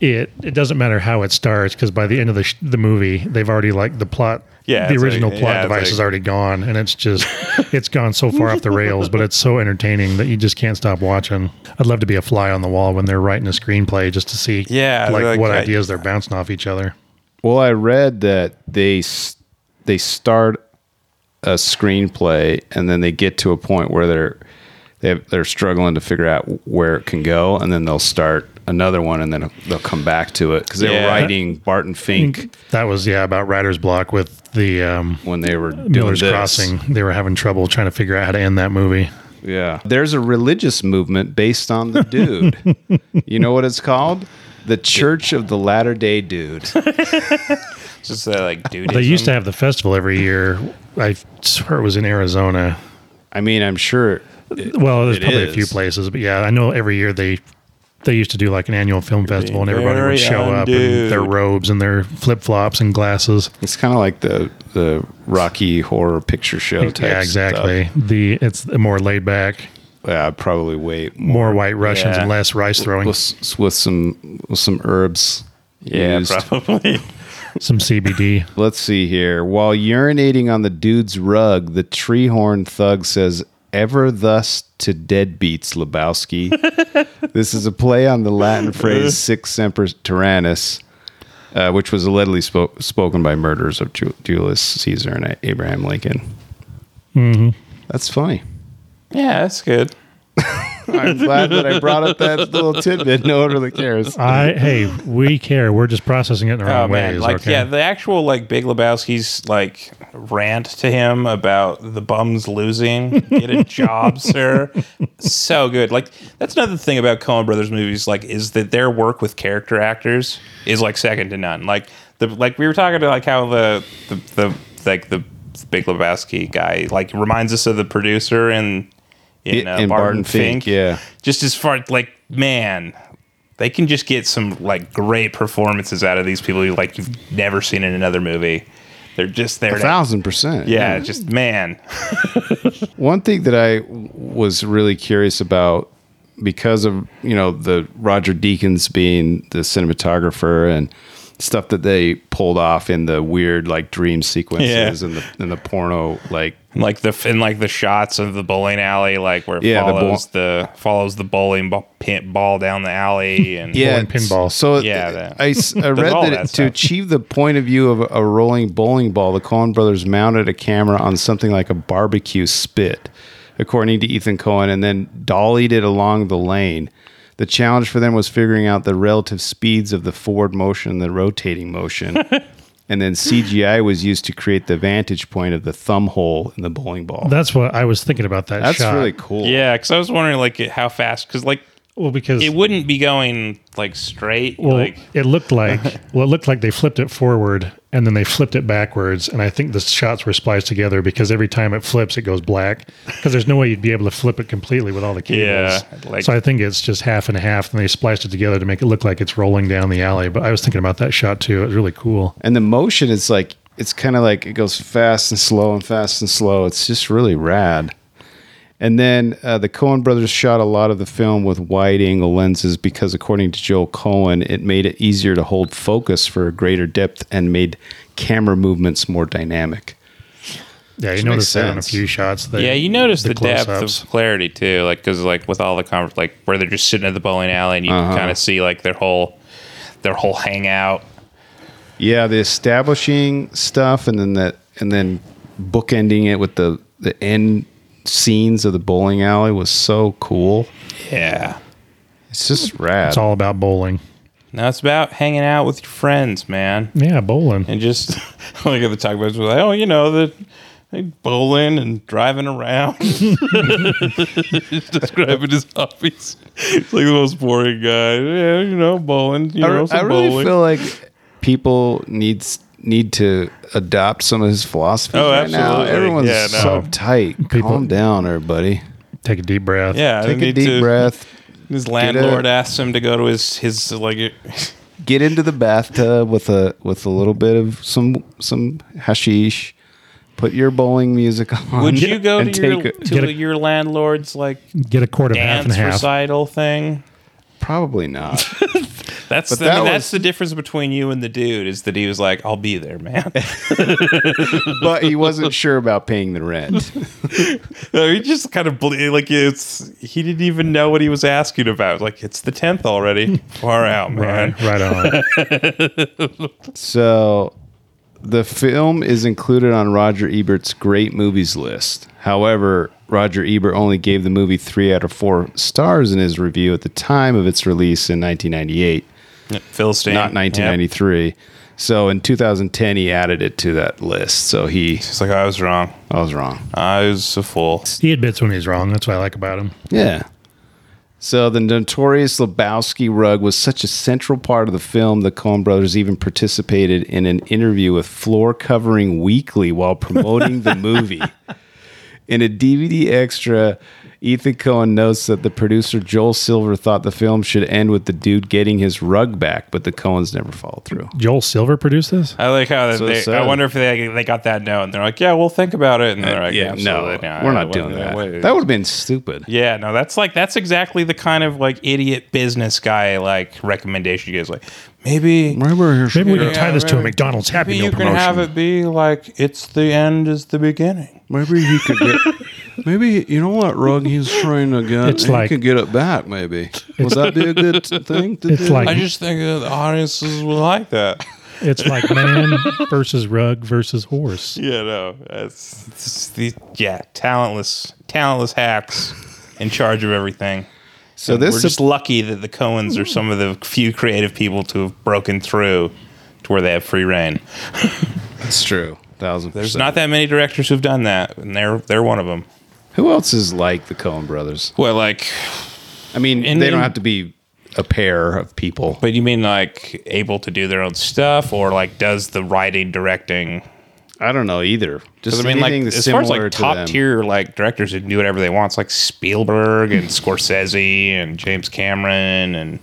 Speaker 1: it. It doesn't matter how it starts because by the end of the sh- the movie, they've already like the plot.
Speaker 12: Yeah,
Speaker 1: the
Speaker 12: it's like-
Speaker 1: original plot
Speaker 12: yeah, it's
Speaker 1: device is
Speaker 12: like-
Speaker 1: already gone, and it's just it's gone so far off the rails. But it's so entertaining that you just can't stop watching. I'd love to be a fly on the wall when they're writing a screenplay just to see
Speaker 12: Yeah,
Speaker 1: like,
Speaker 12: like,
Speaker 1: what
Speaker 12: I-
Speaker 1: ideas they're bouncing off each other.
Speaker 2: well, I read that they s- they start a screenplay and then they get to a point where they're they have, they're struggling to figure out where it can go, and then they'll start another one, and then they'll come back to it because they
Speaker 1: Yeah.
Speaker 2: were writing Barton Fink
Speaker 1: That was yeah about writer's block with the um,
Speaker 2: when they were doing
Speaker 1: Miller's
Speaker 2: this.
Speaker 1: Crossing. They were having trouble trying to figure out how to end that movie.
Speaker 2: Yeah. There's a religious movement based on the dude. you know what it's called? The Church of the Latter Day Dude.
Speaker 12: just that like dude
Speaker 1: They used to have the festival every year. I swear it was in Arizona.
Speaker 2: I mean, I'm sure.
Speaker 1: well, there's
Speaker 2: it
Speaker 1: probably a few
Speaker 2: is.
Speaker 1: places, but yeah, I know every year they they used to do like an annual film festival, and everybody
Speaker 12: very
Speaker 1: would show up in
Speaker 12: undude.
Speaker 1: their robes and their flip flops and glasses.
Speaker 2: It's kind of like the the Rocky Horror Picture Show type.
Speaker 1: yeah, exactly. The it's more laid back,
Speaker 2: Stuff. Yeah, I'd probably wait
Speaker 1: more White Russians and
Speaker 2: Yeah.
Speaker 1: less rice throwing,
Speaker 2: with, s- with some with some herbs.
Speaker 12: yeah
Speaker 2: used.
Speaker 12: probably
Speaker 1: some CBD.
Speaker 2: Let's see here. While urinating on the dude's rug, the tree horn thug says, Ever thus to deadbeats, Lebowski. this is a play on the Latin
Speaker 12: Uh.
Speaker 2: phrase "sic semper tyrannis, uh, which was allegedly spo- spoken by murderers of Ju- Julius Caesar and Abraham Lincoln.
Speaker 12: Mm-hmm.
Speaker 1: Mhm.
Speaker 2: That's funny.
Speaker 12: yeah that's good
Speaker 2: I'm glad that I brought up that little tidbit. No one really cares.
Speaker 1: I hey, we care. We're just processing it in our
Speaker 12: Oh
Speaker 1: own
Speaker 12: man,
Speaker 1: ways.
Speaker 12: like
Speaker 1: okay.
Speaker 12: yeah, the actual like Big Lebowski's like rant to him about the bums losing, get a job, sir. So good. Like that's another thing about Coen Brothers movies. Like is that their work with character actors is like second to none. Like the like we were talking about like how the the, the like the Big Lebowski guy like reminds us of the producer and in, uh,
Speaker 2: And
Speaker 12: Barton, Fink.
Speaker 2: yeah.
Speaker 12: Just as far like man, they can just get some like great performances out of these people you like you've never seen in another movie. They're just there.
Speaker 2: A thousand percent.
Speaker 12: Yeah, just man.
Speaker 2: One thing that I w- was really curious about because of, you know, the Roger Deakins being the cinematographer and stuff that they pulled off in the weird like dream sequences
Speaker 12: Yeah.
Speaker 2: and the and the porno like
Speaker 12: Like the and like the shots of the bowling alley, like where it
Speaker 2: Yeah, the bull-
Speaker 12: follows the, follows the bowling ball, pin, ball down the alley and
Speaker 2: So
Speaker 12: yeah,
Speaker 2: yeah,
Speaker 12: that.
Speaker 2: I, s- I
Speaker 12: There's
Speaker 2: read
Speaker 12: all
Speaker 2: that,
Speaker 12: that
Speaker 2: to
Speaker 12: stuff.
Speaker 2: achieve the point of view of a rolling bowling ball, the Coen brothers mounted a camera on something like a barbecue spit, according to Ethan Cohen, and then dollied it along the lane. The challenge for them was figuring out the relative speeds of the forward motion and the rotating motion. and then CGI was used to create the vantage point of the thumb hole in the bowling ball.
Speaker 1: That's what I was thinking about that
Speaker 2: That's
Speaker 1: shot.
Speaker 2: really cool.
Speaker 12: Yeah, because I was wondering like how fast because like
Speaker 1: Well, because
Speaker 12: it wouldn't be going like straight.
Speaker 1: Well,
Speaker 12: like
Speaker 1: it looked like well, it looked like they flipped it forward and then they flipped it backwards, and I think the shots were spliced together because every time it flips, it goes black because there's no way you'd be able to flip it completely with all the cables.
Speaker 12: Yeah, like-
Speaker 1: so I think it's just half and half, and they spliced it together to make it look like it's rolling down the alley. But I was thinking about that shot too; it was really cool.
Speaker 2: And the motion is like it's kind of like it goes fast and slow and fast and slow. It's just really rad. And then uh, the Cohen brothers shot a lot of the film with wide angle lenses because, according to Joel Cohen, it made it easier to hold focus for greater depth and made camera movements more dynamic.
Speaker 1: Yeah,
Speaker 2: Which
Speaker 1: you
Speaker 2: makes
Speaker 1: noticed that in a
Speaker 2: sense.
Speaker 1: few shots. They,
Speaker 12: yeah, you notice the, depth
Speaker 1: close-ups.
Speaker 12: of clarity too, like because like with all the conver- like where they're just sitting at the bowling alley and you
Speaker 2: Uh-huh.
Speaker 12: can kind of see like their whole their whole hangout.
Speaker 2: Yeah, the establishing stuff, and then that, and then bookending it with the the end scenes of the bowling alley was so cool.
Speaker 12: Yeah,
Speaker 2: It's just rad.
Speaker 1: It's all about bowling.
Speaker 12: now it's about hanging out with your friends, man,
Speaker 1: Yeah, bowling.
Speaker 12: and just like at the talk about like oh you know the. like, Bowling and driving around. Just describing his hobbies. It's like the most boring guy. Yeah, you know, bowling. You
Speaker 2: I,
Speaker 12: know,
Speaker 2: re-
Speaker 12: some
Speaker 2: I really
Speaker 12: bowling.
Speaker 2: feel like people needs need to adopt some of his philosophy
Speaker 12: Oh,
Speaker 2: right now.
Speaker 12: absolutely.
Speaker 2: Everyone's
Speaker 12: Yeah, no.
Speaker 2: so tight. Calm down, everybody.
Speaker 1: Take a deep breath.
Speaker 12: Yeah, they
Speaker 2: take a
Speaker 12: need
Speaker 2: deep
Speaker 12: to-
Speaker 2: breath.
Speaker 12: His
Speaker 2: Get
Speaker 12: landlord
Speaker 2: a-
Speaker 12: asks him to go to his his like.
Speaker 2: Get into the bathtub with a with a little bit of some some hashish. Put your bowling music on.
Speaker 12: Would you go
Speaker 2: and
Speaker 12: to your
Speaker 2: take a-
Speaker 12: to your landlord's like
Speaker 1: Get a quarter half and
Speaker 12: dance
Speaker 1: half.
Speaker 12: recital thing?
Speaker 2: Probably not.
Speaker 12: That's
Speaker 2: But
Speaker 12: the, I mean,
Speaker 2: that
Speaker 12: that's
Speaker 2: was-
Speaker 12: the difference between you and the dude is that he was like, "I'll be there, man."
Speaker 2: but he wasn't sure about paying the rent.
Speaker 12: No, he just kind of ble- like it's he didn't even know what he was asking about. Like it's the tenth already, far out, man.
Speaker 1: Right, right on.
Speaker 2: So the film is included on Roger Ebert's great movies list. However, Roger Ebert only gave the movie three out of four stars in his review at the time of its release in 1998,
Speaker 12: Philistine,
Speaker 2: not
Speaker 12: Yep.
Speaker 2: 1993. So in 2010, he added it to that list. So he,
Speaker 12: He's like, "I was wrong.
Speaker 2: I was wrong.
Speaker 12: I was a fool."
Speaker 1: he admits when he's wrong. That's what I like about him.
Speaker 2: Yeah. So the notorious Lebowski rug was such a central part of the film. The Coen brothers even participated in an interview with Floor Covering Weekly while promoting the movie. In a DVD extra, Ethan Cohen notes that the producer Joel Silver thought the film should end with the dude getting his rug back, but the Coens never followed through.
Speaker 1: Joel Silver produced this.
Speaker 12: I like how that
Speaker 2: So
Speaker 12: they.
Speaker 2: sad.
Speaker 12: I wonder if they they got that note and they're like, "Yeah, we'll think about it." And they're like,
Speaker 2: Yeah, no,
Speaker 12: absolutely
Speaker 2: we're
Speaker 12: I
Speaker 2: not doing
Speaker 12: wouldn't-
Speaker 2: that.
Speaker 12: I wouldn't."
Speaker 2: That would have been stupid.
Speaker 12: Yeah, no, that's like that's exactly the kind of like idiot business guy like recommendation you guys like. Maybe
Speaker 1: Maybe we can
Speaker 12: Yeah,
Speaker 1: tie this to a
Speaker 12: maybe-
Speaker 1: McDonald's Happy
Speaker 12: maybe
Speaker 1: Meal
Speaker 12: you can
Speaker 1: promotion.
Speaker 12: have it be like it's the end is the beginning.
Speaker 13: Maybe he could get. maybe you know what rug he's trying to get.
Speaker 1: It's
Speaker 13: he
Speaker 1: like-
Speaker 13: could get it back. Maybe would that be a good thing? To
Speaker 1: It's
Speaker 13: do?
Speaker 1: like-
Speaker 12: I just think that the audiences will like that.
Speaker 1: It's like man versus rug versus horse.
Speaker 12: Yeah, no, that's, that's the yeah talentless talentless hacks in charge of everything.
Speaker 2: So
Speaker 12: And
Speaker 2: this
Speaker 12: we're
Speaker 2: is-
Speaker 12: just lucky that the Cohens are some of the few creative people to have broken through to where they have free reign.
Speaker 2: That's true. Thousand.
Speaker 12: There's not that many directors who've done that, and they're they're one of them.
Speaker 2: Who else is like the Coen brothers?
Speaker 12: Well, like,
Speaker 2: I mean,
Speaker 12: And
Speaker 2: they don't
Speaker 12: then-
Speaker 2: have to be a pair of people.
Speaker 12: but you mean like able to do their own stuff, or like does the writing, directing?
Speaker 2: I don't know either.
Speaker 12: 'Cause,
Speaker 2: Just
Speaker 12: I mean, like
Speaker 2: anything
Speaker 12: as far
Speaker 2: similar
Speaker 12: as like
Speaker 2: to
Speaker 12: top
Speaker 2: them.
Speaker 12: tier like directors who can do whatever they want, it's like Spielberg and Scorsese and James Cameron and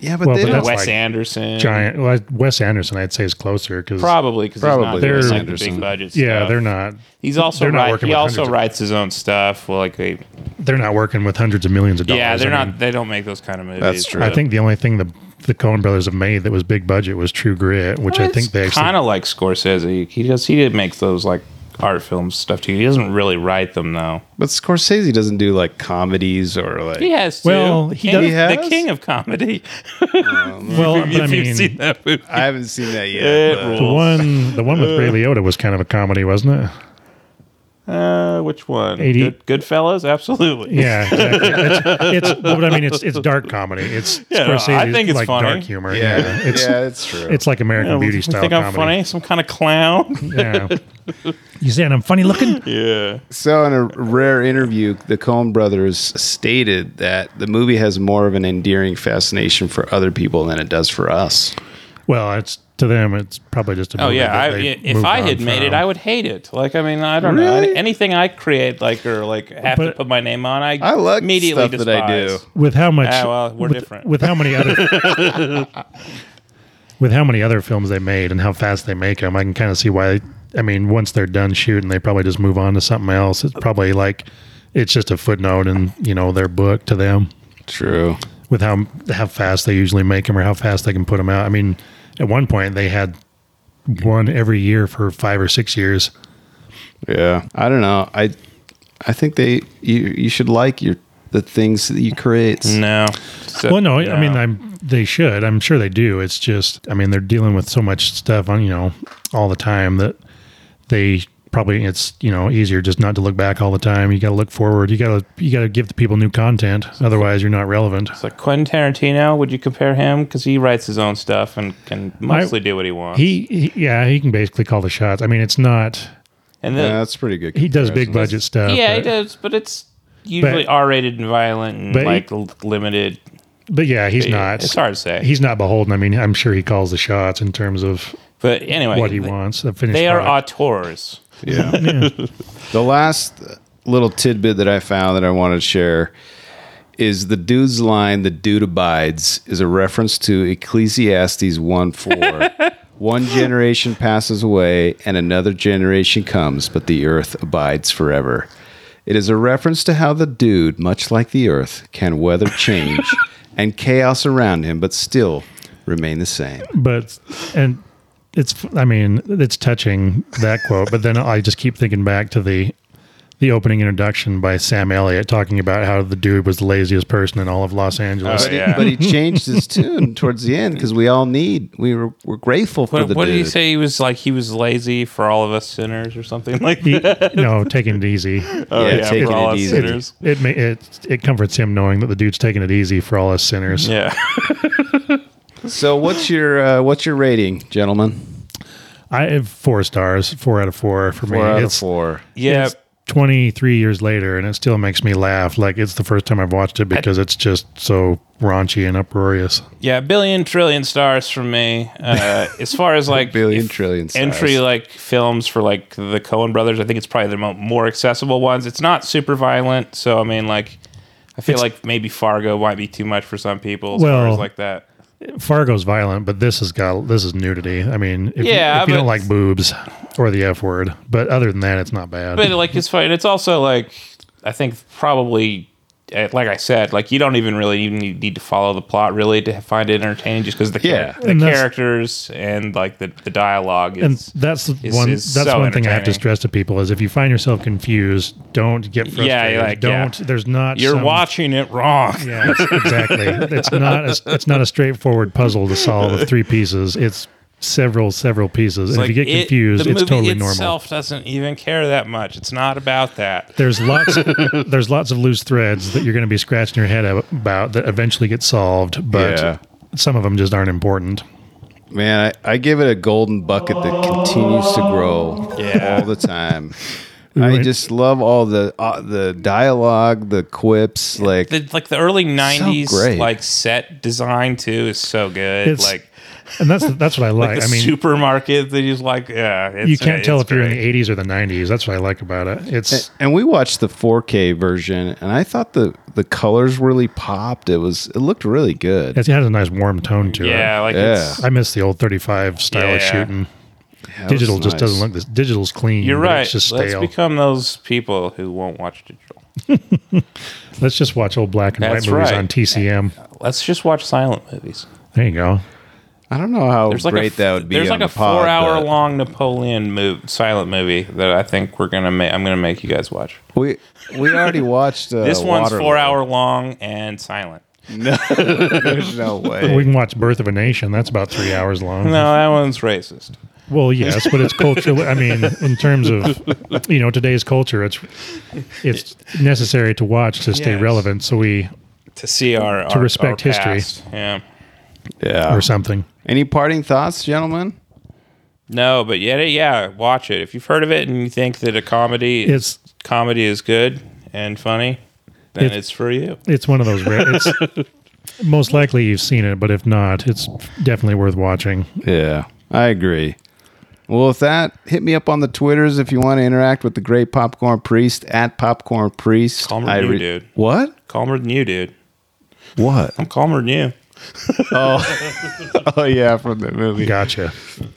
Speaker 2: Yeah, but
Speaker 1: Well,
Speaker 2: they
Speaker 1: but
Speaker 2: don't.
Speaker 1: that's
Speaker 12: Wes
Speaker 1: like
Speaker 12: Anderson.
Speaker 1: Giant well, Wes Anderson, I'd say, is closer because
Speaker 12: Probably because
Speaker 2: Probably
Speaker 12: they're
Speaker 2: Wes
Speaker 12: like the
Speaker 2: Anderson.
Speaker 12: big budget.
Speaker 1: yeah,
Speaker 12: stuff.
Speaker 1: they're not.
Speaker 12: He's also
Speaker 1: they're not
Speaker 12: write-
Speaker 1: working
Speaker 12: he
Speaker 1: with
Speaker 12: also
Speaker 1: hundreds of-
Speaker 12: writes his own stuff. Well, like they,
Speaker 1: They're not working with hundreds of millions of dollars.
Speaker 12: yeah, they're
Speaker 1: I
Speaker 12: not.
Speaker 1: mean,
Speaker 12: they don't make those kind of movies.
Speaker 2: true.
Speaker 1: I think the only thing the the Coen Brothers have made that was big budget was True Grit, which I think they actually
Speaker 12: kind of like Scorsese. He does. He did make those like art film stuff too. He doesn't really write them though.
Speaker 2: But Scorsese doesn't do like comedies or like.
Speaker 12: He has. To.
Speaker 1: Well, he
Speaker 12: King-
Speaker 1: does-
Speaker 2: He
Speaker 12: The
Speaker 2: has?
Speaker 12: king of comedy.
Speaker 1: well, but I
Speaker 12: if you've
Speaker 1: mean.
Speaker 12: seen that movie,
Speaker 2: I haven't seen that yet.
Speaker 12: It
Speaker 2: but-
Speaker 12: rules.
Speaker 1: The one, the one with Ray Liotta was kind of a comedy, wasn't it?
Speaker 12: Uh, which one?
Speaker 1: 80.
Speaker 12: Good, Goodfellas, absolutely.
Speaker 1: Yeah, exactly. it's, it's but I mean it's it's dark comedy. It's
Speaker 12: Yeah, no, I
Speaker 1: Scorsese's,
Speaker 12: think it's
Speaker 1: like
Speaker 12: funny.
Speaker 1: dark humor.
Speaker 12: Yeah.
Speaker 1: it's,
Speaker 12: Yeah, it's true.
Speaker 1: It's like American
Speaker 12: Yeah,
Speaker 1: Beauty
Speaker 12: you
Speaker 1: style
Speaker 12: think I'm
Speaker 1: comedy.
Speaker 12: funny? Some kind of clown?
Speaker 1: Yeah. You saying I'm funny looking?
Speaker 12: Yeah.
Speaker 2: So, in a rare interview, the Coen brothers stated that the movie has more of an endearing fascination for other people than it does for us.
Speaker 1: Well, it's to them. It's probably just a.
Speaker 12: Oh
Speaker 1: movie
Speaker 12: yeah,
Speaker 1: that
Speaker 12: I,
Speaker 1: they
Speaker 12: if
Speaker 1: moved
Speaker 12: I
Speaker 1: on
Speaker 12: had made it,
Speaker 1: from.
Speaker 12: I would hate it. Like I mean, I don't know Any- anything I create, like or like have to put my name on. I,
Speaker 1: I like
Speaker 12: immediately
Speaker 1: stuff that I
Speaker 12: despise.
Speaker 1: do. With how much-
Speaker 12: Ah, well, we're
Speaker 1: with-
Speaker 12: different.
Speaker 1: with how many other- with how many other films they made and how fast they make them, I can kind of see why. I mean, once they're done shooting, they probably just move on to something else. It's probably like it's just a footnote in you know their book to them.
Speaker 2: True.
Speaker 1: With how how fast they usually make them or how fast they can put them out. I mean, at one point they had one every year for five or six years.
Speaker 2: Yeah, I don't know. I I think they you you should like your the things that you create.
Speaker 12: No.
Speaker 1: well, no, I mean, I'm they should. I'm sure they do. It's just, I mean, they're dealing with so much stuff on you know all the time that they probably it's you know easier just not to look back all the time. You got to look forward. You got to you got to give the people new content. Otherwise, you're not relevant.
Speaker 12: It's like Quentin Tarantino. Would you compare him? Because he writes his own stuff and can mostly do what he wants.
Speaker 1: He, he yeah, he can basically call the shots. I mean, it's not.
Speaker 12: And then- Yeah, that's
Speaker 2: pretty good.
Speaker 1: He does
Speaker 12: comparison.
Speaker 1: big budget stuff.
Speaker 12: yeah, he
Speaker 1: but-
Speaker 12: does, but it's usually R-rated and violent and
Speaker 1: but he-
Speaker 12: like l- limited.
Speaker 1: But yeah, he's
Speaker 12: But yeah,
Speaker 1: not.
Speaker 12: it's hard to say.
Speaker 1: He's not beholden. I mean, I'm sure he calls the shots in terms of.
Speaker 12: But anyway,
Speaker 1: what he wants, the finished.
Speaker 12: they are
Speaker 1: product.
Speaker 12: auteurs.
Speaker 2: Yeah. the last little tidbit that I found that I wanted to share is the dude's line, the dude abides, is a reference to Ecclesiastes 1 4. One generation passes away and another generation comes, but the earth abides forever. It is a reference to how the dude, much like the earth, can weather change and chaos around him, but still remain the same.
Speaker 1: but and it's i mean it's touching that quote but then i just keep thinking back to the the opening introduction by sam elliott talking about how the dude was the laziest person in all of los
Speaker 12: Oh,
Speaker 1: angeles
Speaker 2: but, he, but he changed his tune towards the end because we all need we were, we're grateful for
Speaker 12: What,
Speaker 2: the
Speaker 12: what
Speaker 2: dude.
Speaker 12: did he say? He was like he was lazy for all of us sinners or something like
Speaker 1: He-
Speaker 12: that.
Speaker 1: no taking it easy
Speaker 12: Oh, Yeah, yeah, taking for all it us easy.
Speaker 1: it,
Speaker 12: sinners.
Speaker 1: it, ma- it it comforts him knowing that the dude's taking it easy for all us sinners
Speaker 12: Yeah.
Speaker 2: So what's your uh, what's your rating, gentlemen?
Speaker 1: i have four stars four out of four for me
Speaker 2: Four out of
Speaker 1: it's
Speaker 2: four.
Speaker 12: Yeah.
Speaker 1: it's 23 years later and it still makes me laugh like it's the first time i've watched it because it's just so raunchy and uproarious
Speaker 12: Yeah, a billion trillion stars from me. Uh, as far as like billion
Speaker 2: trillion
Speaker 1: stars.
Speaker 12: entry like films for like the Coen Brothers, I think it's probably the mo- more accessible ones. It's not super violent, so I mean like I feel
Speaker 1: It's-
Speaker 12: like maybe Fargo might be too much for some people as far
Speaker 1: Well,
Speaker 12: as like that.
Speaker 1: Fargo's violent, but this has got this is nudity. I mean, if,
Speaker 12: Yeah,
Speaker 1: you, if you
Speaker 12: but-
Speaker 1: don't like boobs or the F word, but other than that, it's not bad.
Speaker 12: But like it's fine. It's also like I think probably eh, like I said, like you don't even really even need need to follow the plot really to find it entertaining, just because the
Speaker 1: Yeah.
Speaker 12: char- the
Speaker 1: And that's-
Speaker 12: characters and like the, the dialogue is
Speaker 1: and that's the
Speaker 12: is-
Speaker 1: one
Speaker 12: is
Speaker 1: that's
Speaker 12: so
Speaker 1: one thing I have to
Speaker 12: entertaining.
Speaker 1: stress to people is if you find yourself confused, don't get frustrated.
Speaker 12: Yeah, like
Speaker 1: don't.
Speaker 12: yeah.
Speaker 1: There's not.
Speaker 12: You're
Speaker 1: some-
Speaker 12: watching it wrong.
Speaker 1: Yes, exactly. it's not. A, it's not a straightforward puzzle to solve with three pieces. It's several, several pieces. and if you get
Speaker 12: it-
Speaker 1: confused,
Speaker 12: the
Speaker 1: it's
Speaker 12: movie
Speaker 1: totally
Speaker 12: itself
Speaker 1: normal.
Speaker 12: doesn't even care that much. It's not about that.
Speaker 1: There's lots. there's lots of loose threads that you're going to be scratching your head ab- about that eventually get solved, but
Speaker 2: Yeah.
Speaker 1: some of them just aren't important.
Speaker 2: Man, I, I give it a golden bucket that continues to grow all the time. I just love all the uh, the dialogue, the quips, like
Speaker 12: The, like the early '90s,
Speaker 2: great.
Speaker 12: like set design too is so good.
Speaker 1: It's-
Speaker 12: like
Speaker 1: And that's that's what I like.
Speaker 12: like the
Speaker 1: I mean,
Speaker 12: supermarket, they just like yeah. It's, uh,
Speaker 1: you can't tell
Speaker 12: it's
Speaker 1: if you're in the 80s or the 90s. That's what I like about it. It's
Speaker 2: and, and we watched the 4K version, and I thought the the colors really popped. It was it looked really good.
Speaker 1: it has a nice warm tone to it.
Speaker 12: Yeah, like it's-
Speaker 1: I miss the old 35 style of
Speaker 12: Yeah.
Speaker 1: shooting.
Speaker 2: Yeah, that
Speaker 1: Digital
Speaker 2: was
Speaker 1: just
Speaker 2: nice.
Speaker 1: doesn't look this. Digital's clean.
Speaker 12: You're
Speaker 1: but
Speaker 12: right.
Speaker 1: It's just
Speaker 12: Let's
Speaker 1: stale.
Speaker 12: become those people who won't watch digital.
Speaker 1: Let's just watch old black and
Speaker 12: That's
Speaker 1: white movies
Speaker 12: right.
Speaker 1: on TCM.
Speaker 12: Let's just watch silent movies.
Speaker 1: There you go.
Speaker 2: I don't know how
Speaker 12: There's like
Speaker 2: great
Speaker 12: a,
Speaker 2: that would be.
Speaker 12: There's
Speaker 2: on
Speaker 12: like a
Speaker 2: the pod, but-
Speaker 12: four-hour-long Napoleon move, silent movie that I think we're gonna make. I'm gonna make you guys watch.
Speaker 2: We we already watched uh,
Speaker 12: this one's
Speaker 2: Waterloo.
Speaker 12: four hour long and silent.
Speaker 2: No, there's no way.
Speaker 1: We can watch Birth of a Nation. That's about three hours long.
Speaker 12: No, that one's racist.
Speaker 1: Well, yes, but it's culturally. I mean, in terms of you know today's culture, it's it's necessary to watch to stay
Speaker 12: Yes.
Speaker 1: relevant. So we
Speaker 12: to see our,
Speaker 1: to
Speaker 12: our-
Speaker 1: respect
Speaker 12: our
Speaker 1: history
Speaker 12: past. Yeah.
Speaker 2: Yeah.
Speaker 12: Oh.
Speaker 1: or something.
Speaker 2: Any parting thoughts, gentlemen?
Speaker 12: No, but yeah, yeah, watch it. If you've heard of it and you think that a comedy
Speaker 1: It's-
Speaker 12: comedy is good and funny, then it's,
Speaker 1: It's-
Speaker 12: for you.
Speaker 1: It's one of those. Rare, it's most likely you've seen it, but if not, it's definitely worth watching.
Speaker 2: Yeah, I agree. Well, with that, hit me up on the Twitters if you want to interact with the great Popcorn Priest at Popcorn Priest.
Speaker 12: Calmer
Speaker 2: I
Speaker 12: than
Speaker 2: re-
Speaker 12: you, dude.
Speaker 2: What?
Speaker 12: Calmer than you, dude.
Speaker 2: What?
Speaker 12: I'm calmer than you.
Speaker 2: Oh, oh yeah, from that movie.
Speaker 1: Gotcha.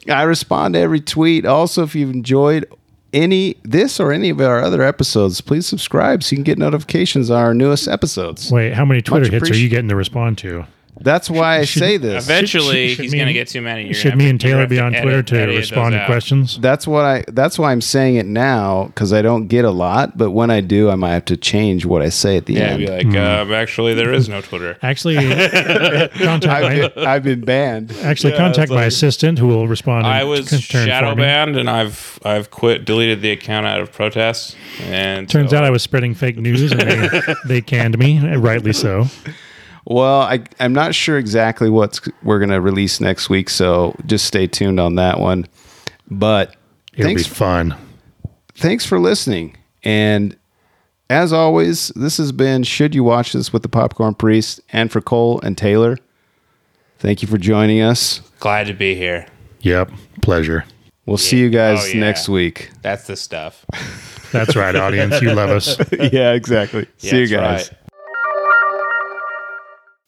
Speaker 2: I respond to every tweet. Also, if you've enjoyed any this or any of our other episodes, please subscribe so you can get notifications on our newest episodes.
Speaker 1: Wait, how many Twitter
Speaker 2: Much
Speaker 1: hits are
Speaker 2: appreci-
Speaker 1: you getting to respond to?
Speaker 2: That's why I
Speaker 1: Should-
Speaker 2: say this.
Speaker 12: Eventually,
Speaker 1: should- should
Speaker 12: he's
Speaker 1: me
Speaker 12: going to get
Speaker 1: and-
Speaker 12: too many. You're
Speaker 1: should
Speaker 12: gonna
Speaker 1: me
Speaker 12: have
Speaker 1: and
Speaker 12: you're
Speaker 1: Taylor
Speaker 12: gonna
Speaker 1: be
Speaker 12: have
Speaker 1: on
Speaker 12: edit-
Speaker 1: Twitter to
Speaker 12: edit those
Speaker 1: respond to
Speaker 12: out.
Speaker 1: questions?
Speaker 2: That's what I. That's why I'm saying it now because I don't get a lot. But when I do, I might have to change what I say at the
Speaker 12: Yeah,
Speaker 2: end.
Speaker 12: be like, um, actually, there is no Twitter.
Speaker 1: Actually, contact
Speaker 2: I've
Speaker 1: my,
Speaker 2: been, I've been banned.
Speaker 1: actually contact my assistant who will respond. in
Speaker 12: I was
Speaker 1: t- turn for
Speaker 12: shadow
Speaker 1: me.
Speaker 12: banned, and I've I've quit, deleted the account out of protest. And
Speaker 1: Turns
Speaker 12: so-
Speaker 1: out I was spreading fake news, and they, they canned me, and rightly so.
Speaker 2: Well, I, I'm not sure exactly what we're going to release next week, so just stay tuned on that one. But
Speaker 1: It'll
Speaker 2: thanks,
Speaker 1: be fun.
Speaker 2: thanks for listening. And as always, this has been Should You Watch This with the Popcorn Priest and for Cole and Taylor. Thank you for joining us.
Speaker 12: glad to be here.
Speaker 1: Yep, pleasure.
Speaker 2: We'll see you guys
Speaker 12: Oh, yeah.
Speaker 2: next week.
Speaker 12: That's the stuff.
Speaker 1: That's right, audience. You love us.
Speaker 2: yeah, exactly.
Speaker 12: Yeah,
Speaker 2: see you
Speaker 12: that's
Speaker 2: guys.
Speaker 12: right.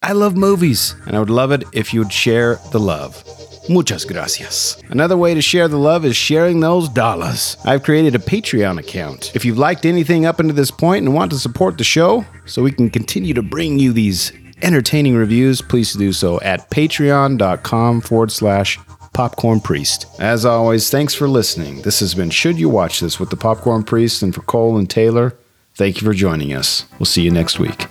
Speaker 2: I love movies, and I would love it if you would share the love. Muchas gracias. Another way to share the love is sharing those dollars. I've created a Patreon account. If you've liked anything up until this point and want to support the show so we can continue to bring you these entertaining reviews, please do so at patreon.com forward slash popcorn priest. As always, thanks for listening. This has been Should You Watch This with the Popcorn Priest and for Cole and Taylor. Thank you for joining us. We'll see you next week.